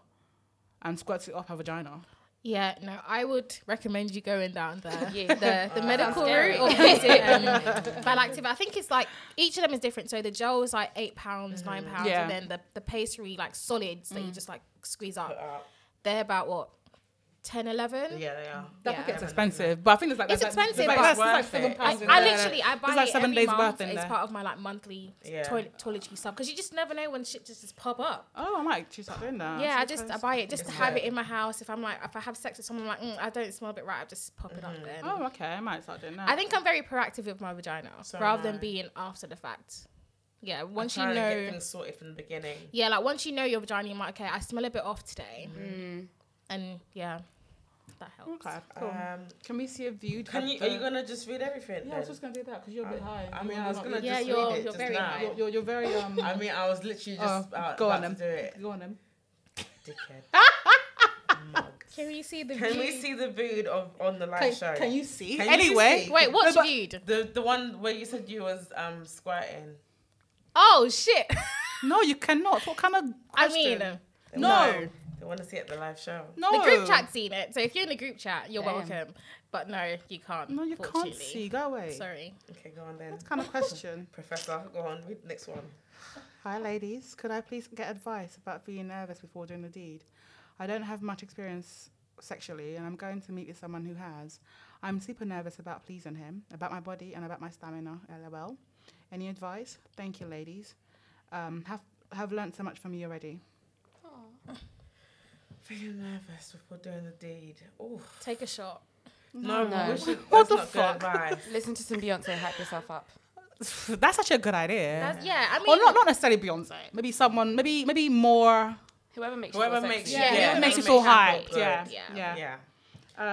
[SPEAKER 2] and squirts it off her vagina.
[SPEAKER 1] Yeah, no, I would recommend you going down there.
[SPEAKER 4] Yeah.
[SPEAKER 1] the, the medical
[SPEAKER 4] scary.
[SPEAKER 1] route or visit um, Balactive. I think it's like each of them is different. So the gel is like eight pounds, nine pounds,
[SPEAKER 2] Yeah.
[SPEAKER 1] and then the, the pastry like solids that you just like squeeze up.
[SPEAKER 3] up.
[SPEAKER 1] They're about what 10, 11?
[SPEAKER 3] yeah, they are.
[SPEAKER 2] That
[SPEAKER 1] Yeah.
[SPEAKER 2] gets expensive, but I think there's like
[SPEAKER 1] It's
[SPEAKER 2] there's, like-
[SPEAKER 1] expensive,
[SPEAKER 2] Like,
[SPEAKER 1] but
[SPEAKER 2] that's,
[SPEAKER 3] it's
[SPEAKER 2] like
[SPEAKER 3] worth
[SPEAKER 2] seven
[SPEAKER 3] it.
[SPEAKER 2] pounds.
[SPEAKER 1] I,
[SPEAKER 2] in
[SPEAKER 1] I
[SPEAKER 2] there.
[SPEAKER 1] literally I buy
[SPEAKER 2] There's like
[SPEAKER 1] it
[SPEAKER 2] seven
[SPEAKER 1] every
[SPEAKER 2] days
[SPEAKER 1] month.
[SPEAKER 2] worth in
[SPEAKER 1] it's
[SPEAKER 2] there.
[SPEAKER 1] part of my like monthly
[SPEAKER 3] Yeah.
[SPEAKER 1] toilet toiletry stuff because you just never know when shit just, just pop up.
[SPEAKER 2] Oh, I might choose doing that.
[SPEAKER 1] yeah, I
[SPEAKER 2] That's
[SPEAKER 1] just I
[SPEAKER 2] nice.
[SPEAKER 1] buy it just to
[SPEAKER 3] It's
[SPEAKER 1] have
[SPEAKER 3] good.
[SPEAKER 1] it in my house. If I'm like if I have sex with someone, like mm, I don't smell a bit right, I just pop it up then.
[SPEAKER 2] Oh, okay, I might start doing that.
[SPEAKER 1] I think I'm very proactive with my vagina
[SPEAKER 3] So
[SPEAKER 1] rather
[SPEAKER 3] am
[SPEAKER 1] than
[SPEAKER 3] I.
[SPEAKER 1] being after the fact. Yeah, once you
[SPEAKER 3] Trying to get
[SPEAKER 1] know,
[SPEAKER 3] things sorted from the beginning.
[SPEAKER 1] yeah, like once you know your vagina, you're like, okay, I smell a bit off today, Mm. and yeah, that helps.
[SPEAKER 2] okay, cool.
[SPEAKER 3] Um,
[SPEAKER 2] can we see a view?
[SPEAKER 3] can you? Are you gonna just read everything?
[SPEAKER 2] Yeah, I was
[SPEAKER 3] then?
[SPEAKER 2] just gonna do that because you're a bit high.
[SPEAKER 3] I
[SPEAKER 2] You
[SPEAKER 3] mean,
[SPEAKER 2] might
[SPEAKER 3] I was
[SPEAKER 2] not
[SPEAKER 3] gonna
[SPEAKER 2] be-
[SPEAKER 1] Yeah,
[SPEAKER 3] just
[SPEAKER 1] you're-
[SPEAKER 3] read it
[SPEAKER 1] you're
[SPEAKER 3] just
[SPEAKER 1] very
[SPEAKER 3] now.
[SPEAKER 1] high.
[SPEAKER 2] You're, you're, you're very um.
[SPEAKER 3] I mean, I was literally just
[SPEAKER 2] Oh,
[SPEAKER 3] about,
[SPEAKER 2] go
[SPEAKER 3] about
[SPEAKER 2] on then.
[SPEAKER 3] to do it.
[SPEAKER 2] Go on then.
[SPEAKER 3] Dickhead.
[SPEAKER 1] Can we see the?
[SPEAKER 3] Can
[SPEAKER 1] view?
[SPEAKER 3] we see the viewed of on the live show?
[SPEAKER 2] you see?
[SPEAKER 3] Can you
[SPEAKER 2] anyway,
[SPEAKER 3] see?
[SPEAKER 1] Wait, what's
[SPEAKER 2] No, but-
[SPEAKER 1] viewed?
[SPEAKER 3] The the one where you said you was um squirting.
[SPEAKER 1] Oh shit!
[SPEAKER 2] no, you cannot. What kind of?
[SPEAKER 1] I
[SPEAKER 2] question?
[SPEAKER 1] mean, uh,
[SPEAKER 2] no,
[SPEAKER 3] They want to see it at the live show.
[SPEAKER 2] no.
[SPEAKER 1] the group chat's seen it, so if you're in the group chat, you're
[SPEAKER 4] Damn.
[SPEAKER 1] welcome. But no, you can't.
[SPEAKER 2] No, you can't
[SPEAKER 1] fortunately.
[SPEAKER 2] see. Go away.
[SPEAKER 1] Sorry.
[SPEAKER 3] Okay, go on then.
[SPEAKER 2] What kind of question?
[SPEAKER 3] Professor, go on with next one.
[SPEAKER 2] Hi, ladies. Could I please get advice about being nervous before doing the deed? I don't have much experience sexually, and I'm going to meet with someone who has. I'm super nervous about pleasing him, about my body, and about my stamina. LOL. Any advice? Thank you, ladies. Um, have have learned so much from you already.
[SPEAKER 3] Feeling nervous before doing the deed. Oh
[SPEAKER 1] Take a shot.
[SPEAKER 3] no,
[SPEAKER 4] No.
[SPEAKER 3] we should,
[SPEAKER 2] What
[SPEAKER 3] that's
[SPEAKER 2] the
[SPEAKER 3] not
[SPEAKER 2] fuck?
[SPEAKER 3] Good advice.
[SPEAKER 4] Listen to some Beyonce, hype yourself up.
[SPEAKER 2] That's actually a good idea.
[SPEAKER 1] That's, yeah, I mean,
[SPEAKER 2] Or not, not necessarily Beyonce. Maybe someone, maybe maybe more.
[SPEAKER 4] Whoever makes
[SPEAKER 3] Whoever
[SPEAKER 4] you feel
[SPEAKER 3] makes
[SPEAKER 4] sexy.
[SPEAKER 3] you-
[SPEAKER 1] Yeah,
[SPEAKER 2] Yeah,
[SPEAKER 1] yeah,
[SPEAKER 2] it makes you
[SPEAKER 1] makes
[SPEAKER 2] feel
[SPEAKER 1] you feel
[SPEAKER 2] hyped.
[SPEAKER 3] good.
[SPEAKER 2] Yeah,
[SPEAKER 1] Yeah.
[SPEAKER 2] yeah.
[SPEAKER 3] Yeah,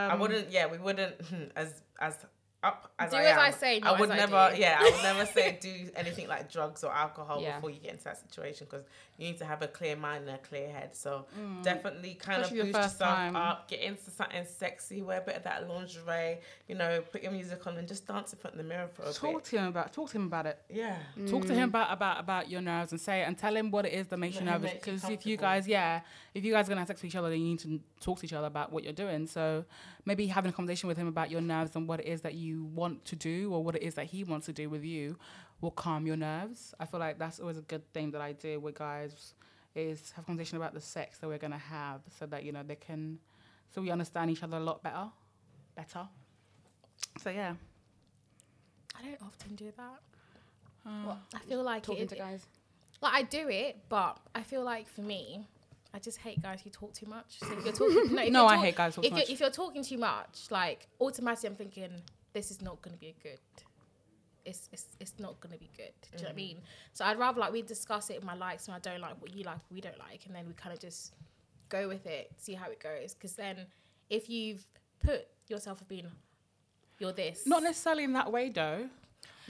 [SPEAKER 2] Um,
[SPEAKER 3] I wouldn't. Yeah, we wouldn't. As as up as
[SPEAKER 1] Do
[SPEAKER 3] I
[SPEAKER 1] as
[SPEAKER 3] am,
[SPEAKER 1] I say, not
[SPEAKER 3] I would
[SPEAKER 1] as I
[SPEAKER 3] never.
[SPEAKER 1] do.
[SPEAKER 3] Yeah, I would never say do anything like drugs or alcohol
[SPEAKER 4] Yeah.
[SPEAKER 3] before you get into that situation because you need to have a clear mind and a clear head. So definitely kind
[SPEAKER 2] Especially
[SPEAKER 3] of
[SPEAKER 2] your
[SPEAKER 3] boost
[SPEAKER 2] first
[SPEAKER 3] yourself
[SPEAKER 2] time.
[SPEAKER 3] up, get into something sexy, wear a bit of that lingerie, you know, put your music on and just dance in front of the mirror for a
[SPEAKER 2] Talk Mm.
[SPEAKER 3] bit.
[SPEAKER 2] to him about. Talk to him about it.
[SPEAKER 3] Yeah.
[SPEAKER 2] Talk to him about, about about your nerves and say it and tell him what it is that makes you
[SPEAKER 3] Mm. Let him
[SPEAKER 2] nervous.
[SPEAKER 3] make you
[SPEAKER 2] Because if you
[SPEAKER 3] comfortable.
[SPEAKER 2] guys, yeah, if you guys are gonna have sex with each other, then you need to talk to each other about what you're doing. So maybe having a conversation with him about your nerves and what it is that you want to do or what it is that he wants to do with you will calm your nerves. I feel like that's always a good thing that I do with guys is have conversation about the sex that we're gonna have so that you know they can so we understand each other a lot better, better. So yeah.
[SPEAKER 1] I don't often do that.
[SPEAKER 2] Oh.
[SPEAKER 1] I feel like
[SPEAKER 4] Talking
[SPEAKER 1] it,
[SPEAKER 4] to guys.
[SPEAKER 1] like I do it, but I feel like for me, I just hate guys who talk too much. So if you're talking, no, if
[SPEAKER 2] No,
[SPEAKER 1] you're
[SPEAKER 2] I
[SPEAKER 1] talk-
[SPEAKER 2] hate guys who talk
[SPEAKER 1] if
[SPEAKER 2] too
[SPEAKER 1] you're,
[SPEAKER 2] much.
[SPEAKER 1] If you're talking too much, like automatically, I'm thinking this is not going to be a good. It's, it's, it's not going to be good. Do you know
[SPEAKER 2] Mm-hmm.
[SPEAKER 1] what I mean? So I'd rather like we discuss it. My likes and I don't like. What you like, what we don't like, and then we kind of just go with it, see how it goes. Because then, if you've put yourself as being you're this,
[SPEAKER 2] Not necessarily in that way though.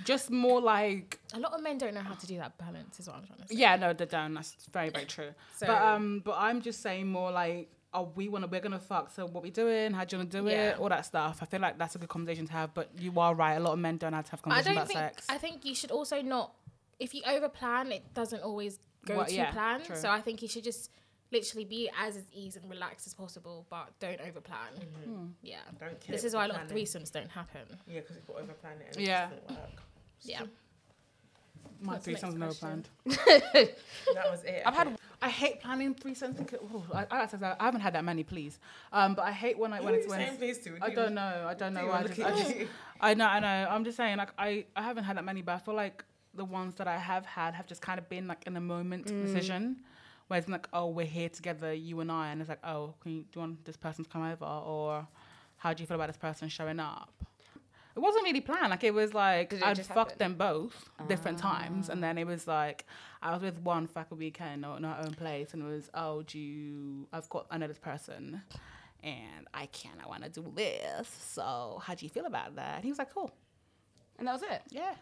[SPEAKER 2] Just more like
[SPEAKER 1] a lot of men don't know how to do that balance. Is what I'm trying to say.
[SPEAKER 2] Yeah, no, they don't. That's very, very true.
[SPEAKER 1] So-
[SPEAKER 2] but um, but I'm just saying more like, oh, we want to, we're gonna fuck. So what we doing? How do you wanna do
[SPEAKER 1] Yeah.
[SPEAKER 2] it? All that stuff. I feel like that's a good conversation to have. But you are right. A lot of men don't have to have
[SPEAKER 1] But I
[SPEAKER 2] conversations
[SPEAKER 1] don't
[SPEAKER 2] about
[SPEAKER 1] think.
[SPEAKER 2] sex.
[SPEAKER 1] I think you should also not. If you over plan, it doesn't always go
[SPEAKER 2] Well,
[SPEAKER 1] to
[SPEAKER 2] yeah,
[SPEAKER 1] plan.
[SPEAKER 2] true.
[SPEAKER 1] So I think you should just literally be as at ease and relaxed as possible, but don't overplan.
[SPEAKER 2] Mm-hmm.
[SPEAKER 1] Yeah.
[SPEAKER 3] Don't kill
[SPEAKER 1] This
[SPEAKER 3] it
[SPEAKER 1] is
[SPEAKER 3] with
[SPEAKER 1] why a lot of
[SPEAKER 3] planning.
[SPEAKER 1] threesomes don't happen.
[SPEAKER 3] Yeah, because people overplan it and
[SPEAKER 2] Yeah.
[SPEAKER 3] it doesn't work.
[SPEAKER 1] Yeah.
[SPEAKER 2] My
[SPEAKER 1] What's the
[SPEAKER 2] three
[SPEAKER 1] next
[SPEAKER 2] songs never
[SPEAKER 1] question?
[SPEAKER 2] planned.
[SPEAKER 3] That was it.
[SPEAKER 4] I've had
[SPEAKER 2] I hate planning three songs. Oh, I, I, like to say I haven't had that many, please. Um, but I hate when I when
[SPEAKER 3] What are
[SPEAKER 2] it's
[SPEAKER 3] you
[SPEAKER 2] when
[SPEAKER 3] saying
[SPEAKER 2] it's,
[SPEAKER 3] please to?
[SPEAKER 2] I don't know. I don't know. why I
[SPEAKER 3] look
[SPEAKER 2] just,
[SPEAKER 3] at
[SPEAKER 2] I just-
[SPEAKER 3] you.
[SPEAKER 2] I know. I know. I'm just saying. Like I, I haven't had that many, but I feel like the ones that I have had have just kind of been like in a moment decision, where it's like, oh, we're here together, you and I, and it's like, oh, can you, do you want this person to come over, or how do you feel about this person showing up? It wasn't really planned. Like it was like
[SPEAKER 4] Did it
[SPEAKER 2] I'd
[SPEAKER 4] just Ah.
[SPEAKER 2] fucked them
[SPEAKER 4] happen?
[SPEAKER 2] both different times, and then it was like I was with one for like a weekend or in our own place, and it was oh, do you, I've got I know this person, and I can I want to do this. So how do you feel about that? And he was like, cool,
[SPEAKER 4] and that was it.
[SPEAKER 2] yeah,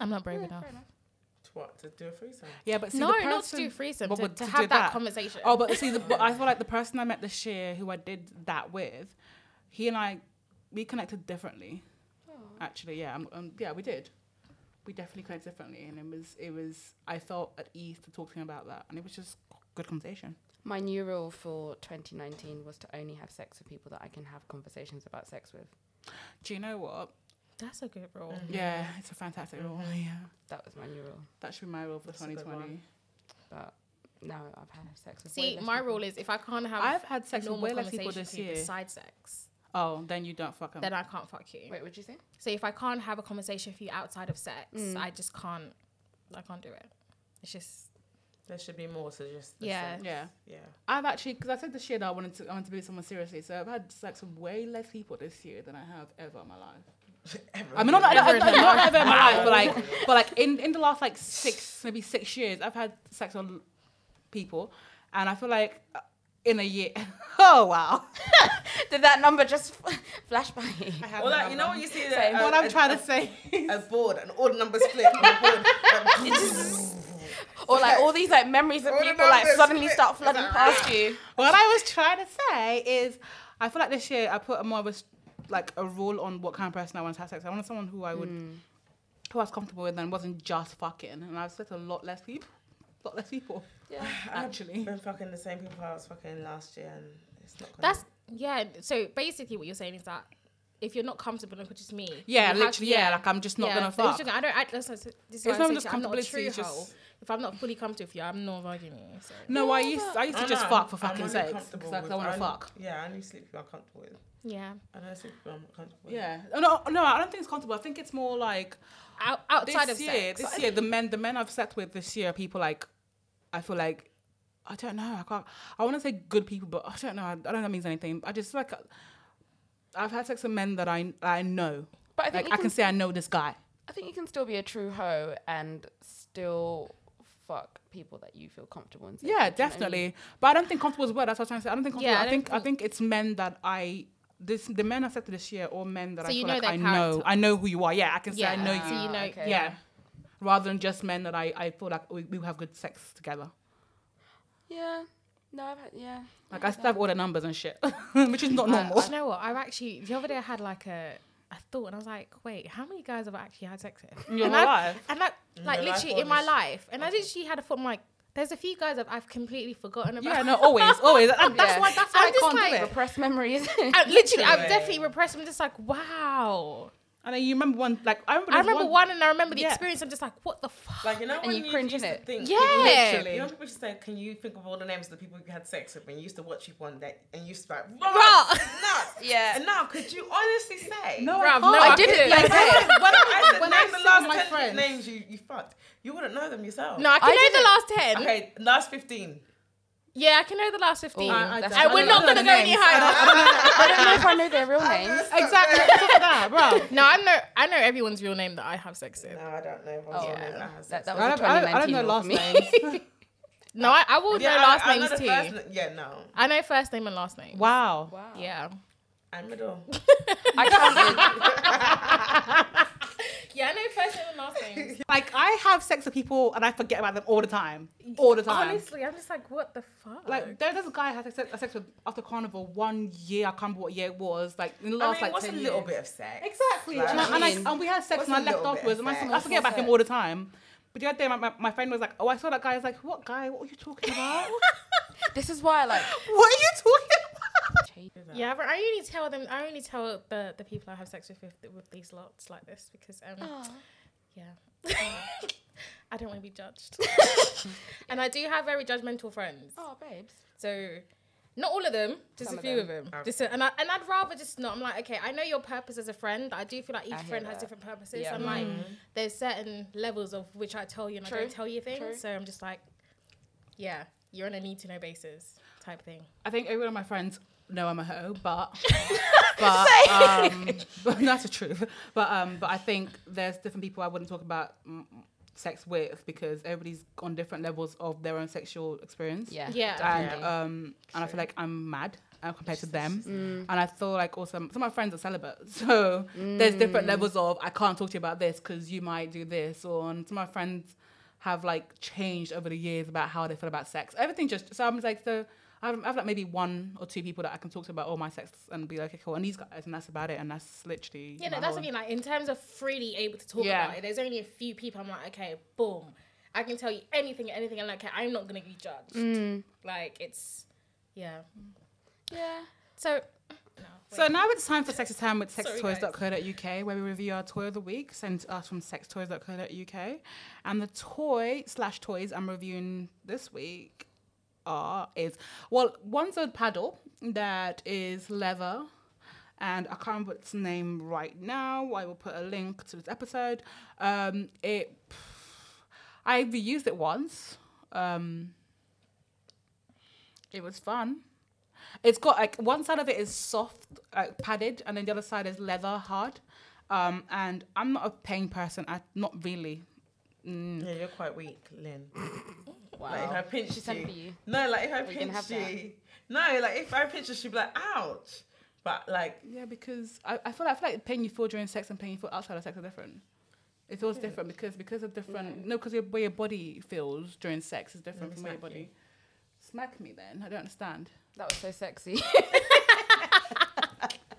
[SPEAKER 1] I'm not brave enough.
[SPEAKER 3] To what? To do a threesome?
[SPEAKER 2] yeah. But see,
[SPEAKER 1] No,
[SPEAKER 2] the person,
[SPEAKER 1] not to do threesome,
[SPEAKER 2] But-
[SPEAKER 1] to,
[SPEAKER 2] but
[SPEAKER 1] to
[SPEAKER 2] to
[SPEAKER 1] have
[SPEAKER 2] do
[SPEAKER 1] that,
[SPEAKER 2] that.
[SPEAKER 1] conversation.
[SPEAKER 2] Oh, but see, the, but I feel like the person I met this year who I did that with, he and I, we connected differently.
[SPEAKER 1] Oh.
[SPEAKER 2] Actually, yeah, um, um, yeah, we did. We definitely connected differently, and it was, it was. I felt at ease to talk to him about that, and it was just good conversation.
[SPEAKER 4] My new rule for 2019 was to only have sex with people that I can have conversations about sex with.
[SPEAKER 2] Do you know what?
[SPEAKER 1] That's a good rule.
[SPEAKER 2] Yeah, it's a fantastic rule.
[SPEAKER 1] Mm-hmm.
[SPEAKER 2] Yeah,
[SPEAKER 4] That was my new rule.
[SPEAKER 2] that should be my rule for
[SPEAKER 3] a good
[SPEAKER 2] 2020.
[SPEAKER 4] But now I've had sex with. way
[SPEAKER 1] See,
[SPEAKER 4] less
[SPEAKER 1] my
[SPEAKER 4] people.
[SPEAKER 1] rule is if I can't have
[SPEAKER 2] I've had
[SPEAKER 1] a
[SPEAKER 2] sex with
[SPEAKER 1] normal
[SPEAKER 2] way less people
[SPEAKER 1] conversation
[SPEAKER 2] this
[SPEAKER 1] with you
[SPEAKER 2] year.
[SPEAKER 1] besides sex,
[SPEAKER 2] Oh, then you don't fuck 'em.
[SPEAKER 1] then I can't fuck you.
[SPEAKER 4] Wait, what'd you say?
[SPEAKER 1] So if I can't have a conversation with you outside of sex,
[SPEAKER 2] Mm.
[SPEAKER 1] I just can't. I can't do it. It's just
[SPEAKER 3] There should be more to just. the
[SPEAKER 1] Yeah.
[SPEAKER 3] sex.
[SPEAKER 2] Yeah.
[SPEAKER 3] Yeah.
[SPEAKER 2] I've actually, because I said this year that I wanted to, I wanted to be with someone seriously. So I've had sex with way less people this year than I have ever in my life. I mean, not, not, not, not, ever in my life, but like, but like in, in the last like six, maybe six years, I've had sex with people, and I feel like uh, in a year, oh wow.
[SPEAKER 4] Did that number just flash by?
[SPEAKER 3] Or like, you know when you see that.
[SPEAKER 4] Same.
[SPEAKER 3] uh,
[SPEAKER 2] What I'm
[SPEAKER 3] a-
[SPEAKER 2] trying to say,
[SPEAKER 3] a board and all the numbers flip on the board. Like,
[SPEAKER 4] or like all these like memories of
[SPEAKER 3] All the
[SPEAKER 4] people like
[SPEAKER 3] numbers
[SPEAKER 4] suddenly
[SPEAKER 3] split.
[SPEAKER 4] start flooding
[SPEAKER 3] It's like,
[SPEAKER 4] past you.
[SPEAKER 2] what I was trying to say is, I feel like this year I put a more of a, s- like a rule on what kind of person I want to have sex. with. I wanted someone who I would, who I was comfortable with, and wasn't just fucking. And I've slept with a lot less people, lot less people.
[SPEAKER 4] Yeah.
[SPEAKER 2] actually.
[SPEAKER 3] I've been fucking the same people I was fucking last year, and it's not. Gonna
[SPEAKER 1] That's yeah. So basically, what you're saying is that if you're not comfortable, look, which is me. you
[SPEAKER 2] Yeah,
[SPEAKER 1] have-
[SPEAKER 2] literally. yeah. like I'm just not gonna
[SPEAKER 1] so it's
[SPEAKER 2] fuck.
[SPEAKER 1] just- I don't. I, that's, that's, this is why
[SPEAKER 2] It's
[SPEAKER 1] I
[SPEAKER 2] not
[SPEAKER 1] say
[SPEAKER 2] just
[SPEAKER 1] to you, I'm not a
[SPEAKER 2] comfortability,
[SPEAKER 1] true
[SPEAKER 2] it's just-
[SPEAKER 1] hoe. If I'm not fully comfortable with you, I'm not fucking you. So.
[SPEAKER 2] No, I used I used to
[SPEAKER 3] I
[SPEAKER 2] just
[SPEAKER 3] know,
[SPEAKER 2] fuck for
[SPEAKER 3] I'm
[SPEAKER 2] fucking
[SPEAKER 3] only
[SPEAKER 2] sex
[SPEAKER 3] comfortable
[SPEAKER 2] because I
[SPEAKER 3] with-
[SPEAKER 2] want to
[SPEAKER 3] I'm-
[SPEAKER 2] fuck.
[SPEAKER 3] Yeah, I need sleep people I'm comfortable with.
[SPEAKER 1] Yeah,
[SPEAKER 3] I know sleep people I'm not comfortable with.
[SPEAKER 2] Yeah. Oh, No, no, I don't think it's comfortable. I think it's more like
[SPEAKER 1] Out, outside
[SPEAKER 2] this
[SPEAKER 1] of
[SPEAKER 2] year.
[SPEAKER 1] sex.
[SPEAKER 2] This year, the men the men I've slept with this year are people like, I feel like, I don't know. I can't. I want to say good people, but I don't know. I, I don't know if that means anything. I just like, uh, I've had sex with men that I I know.
[SPEAKER 4] But I
[SPEAKER 2] like
[SPEAKER 4] think
[SPEAKER 2] I
[SPEAKER 4] you
[SPEAKER 2] can,
[SPEAKER 4] can
[SPEAKER 2] say I know this guy.
[SPEAKER 4] I think you can still be a true hoe and still fuck people that you feel comfortable and safe
[SPEAKER 2] Yeah,
[SPEAKER 4] with, do you know what I mean?
[SPEAKER 2] definitely. But I don't think comfortable is a word. That's what I'm trying to say. I don't think comfortable.
[SPEAKER 1] Yeah, I
[SPEAKER 2] I,
[SPEAKER 1] don't
[SPEAKER 2] think, I
[SPEAKER 1] think-
[SPEAKER 2] think it's men that I this the men I said to this year or men that
[SPEAKER 1] So
[SPEAKER 2] I
[SPEAKER 1] you
[SPEAKER 2] feel
[SPEAKER 1] know
[SPEAKER 2] like
[SPEAKER 1] their
[SPEAKER 2] I know
[SPEAKER 1] character.
[SPEAKER 2] I know who you are. Yeah, I can say I know
[SPEAKER 1] So
[SPEAKER 2] you.
[SPEAKER 1] you know.
[SPEAKER 4] okay.
[SPEAKER 2] Yeah. Rather than just men that I, I feel like we, we have good sex together.
[SPEAKER 4] Yeah. No, I've had, yeah.
[SPEAKER 2] Like I still have all the numbers and shit, which is not normal.
[SPEAKER 1] Do you know what? I've actually the other day I had like a a thought and I was like, wait, how many guys have I actually had sex with?
[SPEAKER 2] In your
[SPEAKER 1] and
[SPEAKER 2] whole
[SPEAKER 1] I've-
[SPEAKER 2] life?
[SPEAKER 1] And that like
[SPEAKER 3] your life
[SPEAKER 1] literally
[SPEAKER 3] or
[SPEAKER 1] in my
[SPEAKER 3] this-
[SPEAKER 1] life, and I literally had a thought. I'm like, there's a few guys that I've completely forgotten about.
[SPEAKER 2] yeah, no, always, always. That- that's
[SPEAKER 4] Yeah.
[SPEAKER 2] why that's why
[SPEAKER 1] I'm
[SPEAKER 2] I'm I
[SPEAKER 1] just
[SPEAKER 2] can not
[SPEAKER 1] like-
[SPEAKER 2] do it.
[SPEAKER 4] Repressed memories.
[SPEAKER 1] I, literally, I've
[SPEAKER 3] Literally.
[SPEAKER 1] definitely repressed. I'm just like, wow.
[SPEAKER 2] And then you remember one, like I remember.
[SPEAKER 1] I
[SPEAKER 2] there was
[SPEAKER 1] remember one, and I remember the
[SPEAKER 2] Yeah.
[SPEAKER 1] experience. I'm just like, what the fuck?
[SPEAKER 3] Like you know when
[SPEAKER 4] you
[SPEAKER 3] you
[SPEAKER 4] cringe,
[SPEAKER 3] used to
[SPEAKER 4] innit?
[SPEAKER 3] think.
[SPEAKER 1] yeah.
[SPEAKER 2] literally.
[SPEAKER 3] You know people used to say, "Can you think of all the names of the people you had sex with?" And you used to watch people on that, and you used to be like,
[SPEAKER 1] Bruh.
[SPEAKER 3] "No,
[SPEAKER 4] Yeah.
[SPEAKER 3] And now, could you honestly say?
[SPEAKER 2] No,
[SPEAKER 1] Bruv,
[SPEAKER 2] I, can't.
[SPEAKER 1] no, I didn't.
[SPEAKER 2] Like,
[SPEAKER 3] When I said
[SPEAKER 2] When I
[SPEAKER 3] name the
[SPEAKER 2] see
[SPEAKER 3] last
[SPEAKER 2] my
[SPEAKER 3] ten
[SPEAKER 2] friends.
[SPEAKER 3] names you, you fucked, you wouldn't know them yourself.
[SPEAKER 1] No, I can
[SPEAKER 4] I
[SPEAKER 1] know
[SPEAKER 4] didn't-
[SPEAKER 1] the last ten.
[SPEAKER 3] Okay, last fifteen.
[SPEAKER 1] Yeah, I can know the last fifteen.
[SPEAKER 4] I- I
[SPEAKER 1] and
[SPEAKER 4] don't-
[SPEAKER 1] we're
[SPEAKER 4] I don't
[SPEAKER 1] not
[SPEAKER 2] know
[SPEAKER 1] gonna
[SPEAKER 2] the
[SPEAKER 1] go any
[SPEAKER 2] names.
[SPEAKER 1] higher.
[SPEAKER 4] I don't know if I know their real names.
[SPEAKER 2] exactly. Look at that, bro.
[SPEAKER 1] no, I know. I know everyone's real name that I have sex with.
[SPEAKER 3] No, I don't know. If I
[SPEAKER 4] Oh,
[SPEAKER 3] oh, yeah.
[SPEAKER 4] yeah.
[SPEAKER 3] that has
[SPEAKER 4] That, that was
[SPEAKER 2] I
[SPEAKER 4] a
[SPEAKER 2] don't, I don't, I don't
[SPEAKER 4] 2019
[SPEAKER 2] know
[SPEAKER 4] rule
[SPEAKER 2] last
[SPEAKER 4] for me.
[SPEAKER 2] names.
[SPEAKER 1] No, I, I will
[SPEAKER 3] yeah,
[SPEAKER 1] know
[SPEAKER 3] I-
[SPEAKER 1] last
[SPEAKER 3] I know
[SPEAKER 1] names
[SPEAKER 3] the
[SPEAKER 1] too.
[SPEAKER 3] first na- yeah, no,
[SPEAKER 1] I know first name and last name.
[SPEAKER 2] wow.
[SPEAKER 4] Wow.
[SPEAKER 1] Yeah.
[SPEAKER 3] I'm middle.
[SPEAKER 4] I counted.
[SPEAKER 1] Yeah, I know first name and last name.
[SPEAKER 2] Like I have sex with people and I forget about them all the time, all the time.
[SPEAKER 1] Honestly, I'm just like, what the fuck?
[SPEAKER 2] Like there, there's a guy I had sex, had sex with after carnival one year. I can't remember what year it was. Like in the
[SPEAKER 3] I
[SPEAKER 2] last
[SPEAKER 3] mean,
[SPEAKER 2] like
[SPEAKER 3] what's a
[SPEAKER 2] 10
[SPEAKER 3] little
[SPEAKER 2] years.
[SPEAKER 3] bit of sex?
[SPEAKER 2] Exactly.
[SPEAKER 3] Like,
[SPEAKER 2] and, I, and,
[SPEAKER 4] mean,
[SPEAKER 2] I, and we had sex
[SPEAKER 3] what's
[SPEAKER 2] and
[SPEAKER 3] a
[SPEAKER 2] I left
[SPEAKER 3] little bit of
[SPEAKER 2] afterwards. And I,
[SPEAKER 3] sex?
[SPEAKER 2] I forget about him all the time. But But the other day, my, my, my friend was like, "Oh, I saw that guy." I was like, "What guy? What are you talking about?
[SPEAKER 4] This is why I like
[SPEAKER 2] what are you talking about?"
[SPEAKER 4] change.
[SPEAKER 1] Yeah, but I only tell them. I only tell the the people I have sex with with, with these lots like this because um, yeah, I don't want to be judged, and I do have very judgmental friends.
[SPEAKER 4] Oh, babes.
[SPEAKER 1] So, not all of them, just
[SPEAKER 4] Some
[SPEAKER 1] a
[SPEAKER 4] of
[SPEAKER 1] few
[SPEAKER 4] them. Oh.
[SPEAKER 1] of them. Just a- and I and I'd rather just not. I'm like, okay, I know your purpose as a friend. I do feel like each
[SPEAKER 4] hear
[SPEAKER 1] friend has
[SPEAKER 4] that.
[SPEAKER 1] different purposes.
[SPEAKER 4] Yeah.
[SPEAKER 1] I'm like, there's certain levels of which I tell you and I
[SPEAKER 4] Mm. True.
[SPEAKER 1] don't tell you things.
[SPEAKER 4] True.
[SPEAKER 1] So I'm just like, yeah, you're on a need to know basis type thing.
[SPEAKER 2] I think every one of my friends know I'm a hoe, but but um, but that's the truth. But um, but I think there's different people I wouldn't talk about mm, sex with because everybody's on different levels of their own sexual experience.
[SPEAKER 4] Yeah.
[SPEAKER 1] Yeah.
[SPEAKER 2] and
[SPEAKER 4] definitely.
[SPEAKER 2] um, and I feel like I'm mad uh, compared to them. And I feel like also some of my friends are celibate, so there's different levels of I can't talk to you about this because you might do this, or and some of my friends have like changed over the years about how they feel about sex. Everything just so I'm just like so. I've, I've like maybe one or two people that I can talk to about all my sex and be like, okay, cool, and these guys, and that's about it, and that's literally.
[SPEAKER 1] Yeah,
[SPEAKER 2] my
[SPEAKER 1] no, that's what
[SPEAKER 2] whole-
[SPEAKER 1] I mean. Like in terms of freely able to talk
[SPEAKER 2] Yeah.
[SPEAKER 1] about it, there's only a few people. I'm like, okay, boom, I can tell you anything, anything. And like, okay, I'm not gonna be judged. Like it's, yeah.
[SPEAKER 4] Yeah.
[SPEAKER 1] So, no,
[SPEAKER 2] So now it's time for Sexy Time with
[SPEAKER 1] Sorry,
[SPEAKER 2] sextoys.co.uk, where we review our toy of the week sent to us from sextoys.co.uk. And the toy slash toys I'm reviewing this week are is well, one's a paddle that is leather, and I can't remember its name right now. I will put a link to this episode. Um, it I've used it once. Um, it was fun. It's got like one side of it is soft, like padded, and then the other side is leather hard. Um, and I'm not a pain person. I not really.
[SPEAKER 3] Yeah, you're quite weak, Lynn.
[SPEAKER 4] Wow.
[SPEAKER 3] Like if I pinch
[SPEAKER 4] She's
[SPEAKER 3] you,
[SPEAKER 4] sent for you.
[SPEAKER 3] no, like if I
[SPEAKER 4] Or you can
[SPEAKER 3] pinch
[SPEAKER 4] have
[SPEAKER 3] you,
[SPEAKER 4] that.
[SPEAKER 3] no, like if I pinch you, she'd be like, ouch. But like,
[SPEAKER 2] Yeah, because I, I feel I feel like pain you feel during sex and pain you feel outside of sex are different. It feels different because because of different no because your way your body feels during sex is different
[SPEAKER 3] me
[SPEAKER 2] from way your
[SPEAKER 3] smack
[SPEAKER 2] body.
[SPEAKER 3] you.
[SPEAKER 2] Smack me then. I don't understand.
[SPEAKER 4] That was so sexy.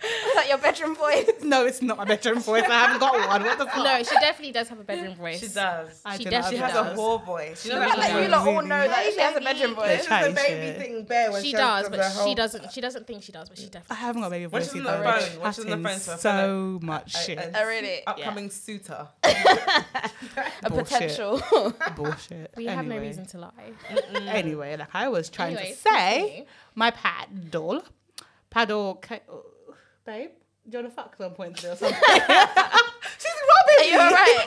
[SPEAKER 4] Is that your bedroom voice?
[SPEAKER 2] no, it's not my bedroom voice. I haven't got one. What the fuck?
[SPEAKER 1] no, she definitely does have a bedroom voice.
[SPEAKER 3] she does.
[SPEAKER 2] I
[SPEAKER 1] she
[SPEAKER 2] did not
[SPEAKER 3] She
[SPEAKER 1] definitely
[SPEAKER 3] has
[SPEAKER 2] have
[SPEAKER 3] a
[SPEAKER 1] does.
[SPEAKER 3] whore voice. You know
[SPEAKER 4] Not
[SPEAKER 3] that
[SPEAKER 4] like you
[SPEAKER 3] like,
[SPEAKER 4] lot all know that she has a bedroom voice.
[SPEAKER 3] She's a baby
[SPEAKER 2] Shit.
[SPEAKER 3] thing bear when
[SPEAKER 1] She
[SPEAKER 3] she,
[SPEAKER 1] does,
[SPEAKER 3] does
[SPEAKER 1] but
[SPEAKER 3] her
[SPEAKER 1] she
[SPEAKER 3] whole-
[SPEAKER 1] doesn't. She doesn't think she does, but she
[SPEAKER 2] I
[SPEAKER 1] definitely.
[SPEAKER 2] haven't got a baby
[SPEAKER 3] When
[SPEAKER 2] voice
[SPEAKER 3] she's on
[SPEAKER 2] either.
[SPEAKER 3] the phone, when she's on the
[SPEAKER 2] Chatting
[SPEAKER 3] phone to her
[SPEAKER 2] so much
[SPEAKER 3] a-
[SPEAKER 2] shit.
[SPEAKER 3] a
[SPEAKER 4] Oh, really?
[SPEAKER 3] Upcoming suitor.
[SPEAKER 4] A
[SPEAKER 2] Bullshit.
[SPEAKER 4] potential.
[SPEAKER 2] Bullshit.
[SPEAKER 1] We have no reason to lie.
[SPEAKER 2] Anyway, like I was trying
[SPEAKER 1] Mm. Anyway,
[SPEAKER 2] to say,
[SPEAKER 1] continue.
[SPEAKER 2] my paddle, paddle, ca- oh, babe. Do you want to fuck some point today or something? She's
[SPEAKER 4] Are
[SPEAKER 2] rubbing
[SPEAKER 4] you
[SPEAKER 2] me.
[SPEAKER 4] alright?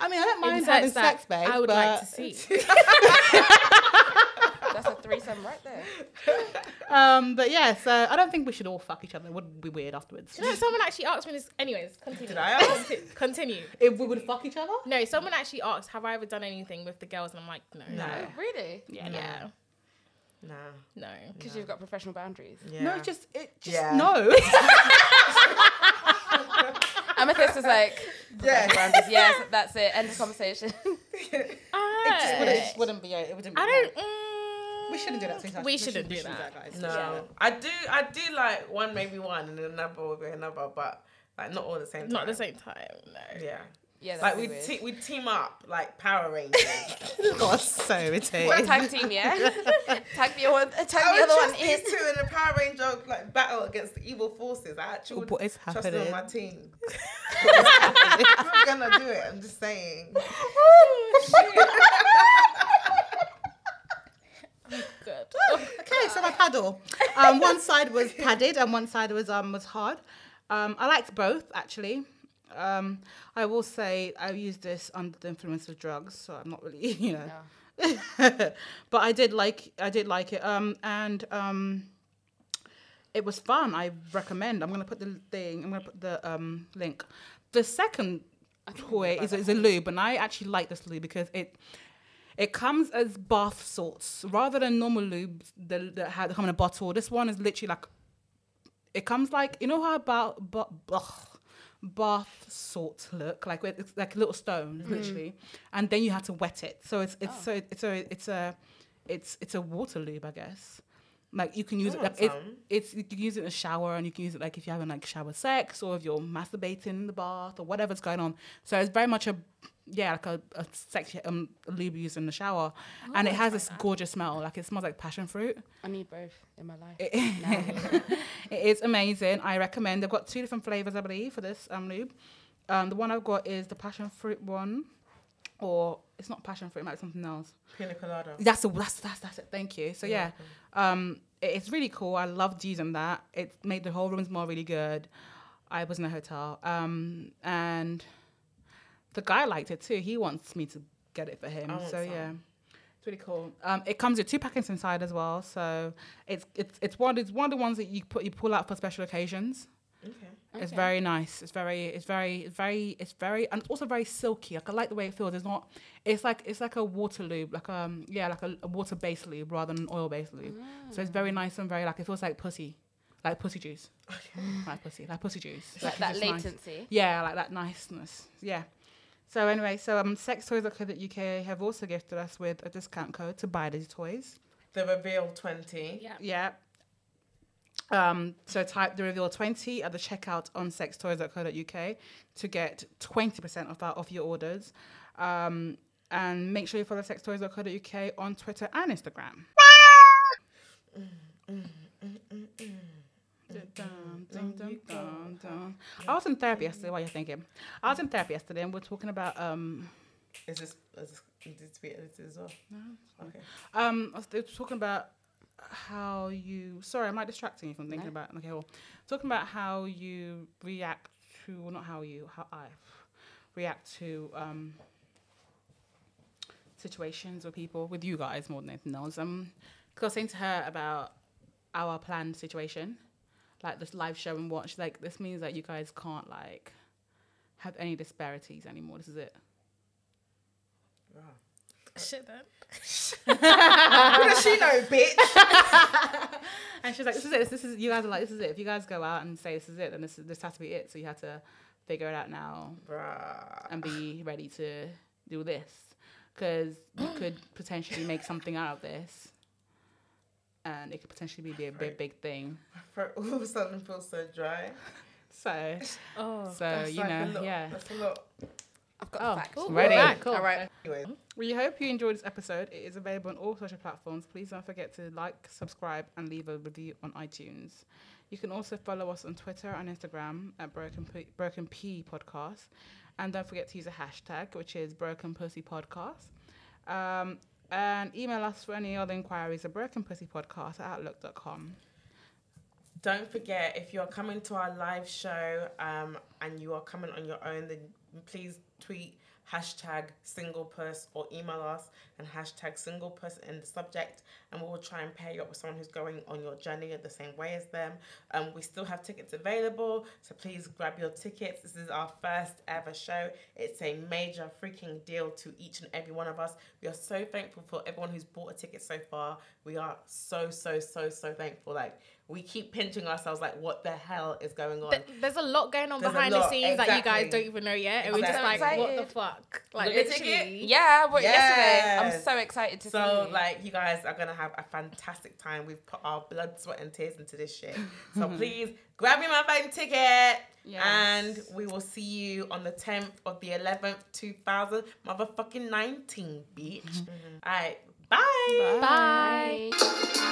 [SPEAKER 2] I mean, I don't mind
[SPEAKER 1] Insert
[SPEAKER 2] having
[SPEAKER 1] that.
[SPEAKER 2] sex, babe.
[SPEAKER 1] I would
[SPEAKER 2] but
[SPEAKER 1] like to see.
[SPEAKER 4] That's a threesome right there.
[SPEAKER 2] Um, but yeah, so I don't think we should all fuck each other. It would be weird afterwards.
[SPEAKER 1] You know, someone actually asked me this. Anyways, continue.
[SPEAKER 3] Did I ask?
[SPEAKER 1] Conti- Continue.
[SPEAKER 2] If we would fuck each other?
[SPEAKER 1] No, someone actually asked, "Have I ever done anything with the girls?" And I'm like, no,
[SPEAKER 3] No.
[SPEAKER 4] Really?
[SPEAKER 2] Yeah. no.
[SPEAKER 1] yeah,
[SPEAKER 3] Nah.
[SPEAKER 1] no.
[SPEAKER 4] Because you've got professional boundaries.
[SPEAKER 3] Yeah.
[SPEAKER 2] No, just it. Just
[SPEAKER 3] Yeah.
[SPEAKER 2] no.
[SPEAKER 4] Amethyst is like, professional
[SPEAKER 3] yeah.
[SPEAKER 4] boundaries. Yes, that's it. End of conversation.
[SPEAKER 2] It just wouldn't, it
[SPEAKER 1] Uh,
[SPEAKER 2] just wouldn't be. It wouldn't be.
[SPEAKER 1] I don't. Mm,
[SPEAKER 2] We shouldn't do that. sweetheart.
[SPEAKER 1] We
[SPEAKER 2] We
[SPEAKER 1] shouldn't
[SPEAKER 2] should- we
[SPEAKER 1] do
[SPEAKER 2] shouldn't
[SPEAKER 1] that.
[SPEAKER 2] guys.
[SPEAKER 3] No, I do. I do like one maybe one, and another will be another, but like not all at the same time.
[SPEAKER 1] Not at the same time. No.
[SPEAKER 3] Yeah.
[SPEAKER 4] Yeah, that's
[SPEAKER 3] Like we
[SPEAKER 4] weird.
[SPEAKER 3] te- we team up like Power Rangers.
[SPEAKER 2] God, so
[SPEAKER 4] We're a
[SPEAKER 2] irritating.
[SPEAKER 4] tag team, yeah? tag the, one, tag
[SPEAKER 3] I
[SPEAKER 4] the
[SPEAKER 3] would
[SPEAKER 4] other one
[SPEAKER 3] trust
[SPEAKER 4] in.
[SPEAKER 3] these two in a Power Ranger like battle against the evil forces. I actually would
[SPEAKER 2] What is
[SPEAKER 3] trust them on
[SPEAKER 2] happening?
[SPEAKER 3] my team. I'm gonna do it. I'm just saying.
[SPEAKER 1] Good.
[SPEAKER 2] Okay, so my paddle. Um, one side was padded and one side was um was hard. Um, I liked both actually. Um, I will say I used this under the influence of drugs, so I'm not really you know. but I did like I did like it. Um, and um, it was fun. I recommend. I'm gonna put the thing. I'm gonna put the um link. The second toy is, is a lube, and I actually like this lube because it it comes as bath salts rather than normal lubes that, that had come in a bottle. This one is literally like it comes like you know how about ba- ugh, bath salt look like where it's like little stones literally, and then you have to wet it. So it's it's so it's so it's a it's it's a water lube, I guess. Like you can use
[SPEAKER 3] I
[SPEAKER 2] it,
[SPEAKER 3] want
[SPEAKER 2] like, it's,
[SPEAKER 3] some.
[SPEAKER 2] it's you can use it in the shower, and you can use it like if you're having like shower sex, or if you're masturbating in the bath, or whatever's going on. So it's very much a yeah, like a, a sex um lube used in the shower, and it has this gorgeous smell. Like it smells like passion fruit.
[SPEAKER 4] I need both in my life.
[SPEAKER 2] it is amazing. I recommend. They've got two different flavors, I believe, for this um, lube. Um, the one I've got is the passion fruit one, or it's not passion fruit, it might be something else.
[SPEAKER 3] Pina colada.
[SPEAKER 2] That's the that's that's that's it. Thank you. So yeah, um, it- it's really cool. I loved using that. It made the whole room smell really good. I was in a hotel, um, and the guy liked it too. He wants me to get it for him.
[SPEAKER 3] I want
[SPEAKER 2] So
[SPEAKER 3] some.
[SPEAKER 2] yeah. It's really cool. Um, it comes with two packets inside as well, so it's it's it's one it's one of the ones that you put you pull out for special occasions.
[SPEAKER 3] Okay.
[SPEAKER 2] It's very nice. It's very, it's very, it's very, it's very, and it's also very silky. Like I like the way it feels. It's not, it's like it's like a water lube, like um yeah, like a, a water based lube rather than an oil based lube. So it's very nice and very like it feels like pussy, like pussy juice, like pussy, like pussy juice.
[SPEAKER 4] Like
[SPEAKER 2] it's
[SPEAKER 4] that
[SPEAKER 2] just nice.
[SPEAKER 4] latency.
[SPEAKER 2] Yeah, like that niceness. Yeah. So anyway, so um, sextoys.co.uk have also gifted us with a discount code to buy these toys.
[SPEAKER 3] The reveal twenty.
[SPEAKER 1] Yeah.
[SPEAKER 2] Yeah. Um, so type the reveal 20 at the checkout on sextoys.co.uk to get 20% off that off your orders. Um, and make sure you follow sextoys.co.uk on Twitter and Instagram. Dun, dun, dun, dun, dun. I was in therapy yesterday. What are you thinking? I was in therapy yesterday, and we we're talking about um,
[SPEAKER 3] Is this is this to be edited as well? No. Okay.
[SPEAKER 2] Um, I was they were talking about how you. Sorry, am I distracting you from thinking about? Okay, well, talking about how you react to, well, not how you, how I react to um, situations or people with you guys more than anything else. Um, because I was saying to her about our planned situation, like this live show and watch. Like this means that you guys can't like have any disparities anymore. This is it.
[SPEAKER 1] Shit then.
[SPEAKER 3] What does she know, bitch?
[SPEAKER 2] And she's like, this is it. This is you guys are like, this is it. If you guys go out and say this is it, then this is, this has to be it. So you have to figure it out now
[SPEAKER 3] Bruh.
[SPEAKER 2] and be ready to do this because you could potentially make something out of this, and it could potentially be a big, big thing.
[SPEAKER 3] My throat all of a sudden feels so dry.
[SPEAKER 2] So,
[SPEAKER 1] Oh.
[SPEAKER 2] so you
[SPEAKER 3] like a
[SPEAKER 2] know,
[SPEAKER 3] lot.
[SPEAKER 2] yeah.
[SPEAKER 3] That's a lot.
[SPEAKER 4] I've got
[SPEAKER 2] Oh,
[SPEAKER 4] the facts.
[SPEAKER 2] cool.
[SPEAKER 1] Ready.
[SPEAKER 2] All right, cool.
[SPEAKER 4] All right.
[SPEAKER 3] Anyway,
[SPEAKER 2] We hope you enjoyed this episode. It is available on all social platforms. Please don't forget to like, subscribe, and leave a review on iTunes. You can also follow us on Twitter and Instagram at Broken P, Broken P Podcast. And don't forget to use a hashtag, which is Broken Pussy Podcast. Um, and email us for any other inquiries at Broken Pussy Podcast at outlook.com.
[SPEAKER 3] don't forget if you are coming to our live show um, and you are coming on your own, then please tweet hashtag single purse or email us and hashtag single purse in the subject and we will try and pair you up with someone who's going on your journey the same way as them um, we still have tickets available so please grab your tickets this is our first ever show it's a major freaking deal to each and every one of us we are so thankful for everyone who's bought a ticket so far we are so so so so thankful like we keep pinching ourselves like what the hell is going on
[SPEAKER 1] Th- there's a lot going on
[SPEAKER 3] There's a
[SPEAKER 1] behind the
[SPEAKER 3] lot,
[SPEAKER 1] scenes that you guys
[SPEAKER 3] exactly.
[SPEAKER 1] don't even know yet. And we're just like,
[SPEAKER 3] Exactly.
[SPEAKER 1] what the fuck? Like,
[SPEAKER 3] Look at
[SPEAKER 1] literally.
[SPEAKER 4] Yeah, well, yesterday. I'm
[SPEAKER 3] Yes.
[SPEAKER 4] so excited to
[SPEAKER 3] So
[SPEAKER 4] see you.
[SPEAKER 3] like you guys are gonna have a fantastic time. We've put our blood, sweat, and tears into this shit. So please grab your motherfucking ticket.
[SPEAKER 2] Yes.
[SPEAKER 3] And we will see you on the 10th of the 11th, 2000, motherfucking 19, bitch. All right, bye.
[SPEAKER 1] Bye.
[SPEAKER 4] Bye.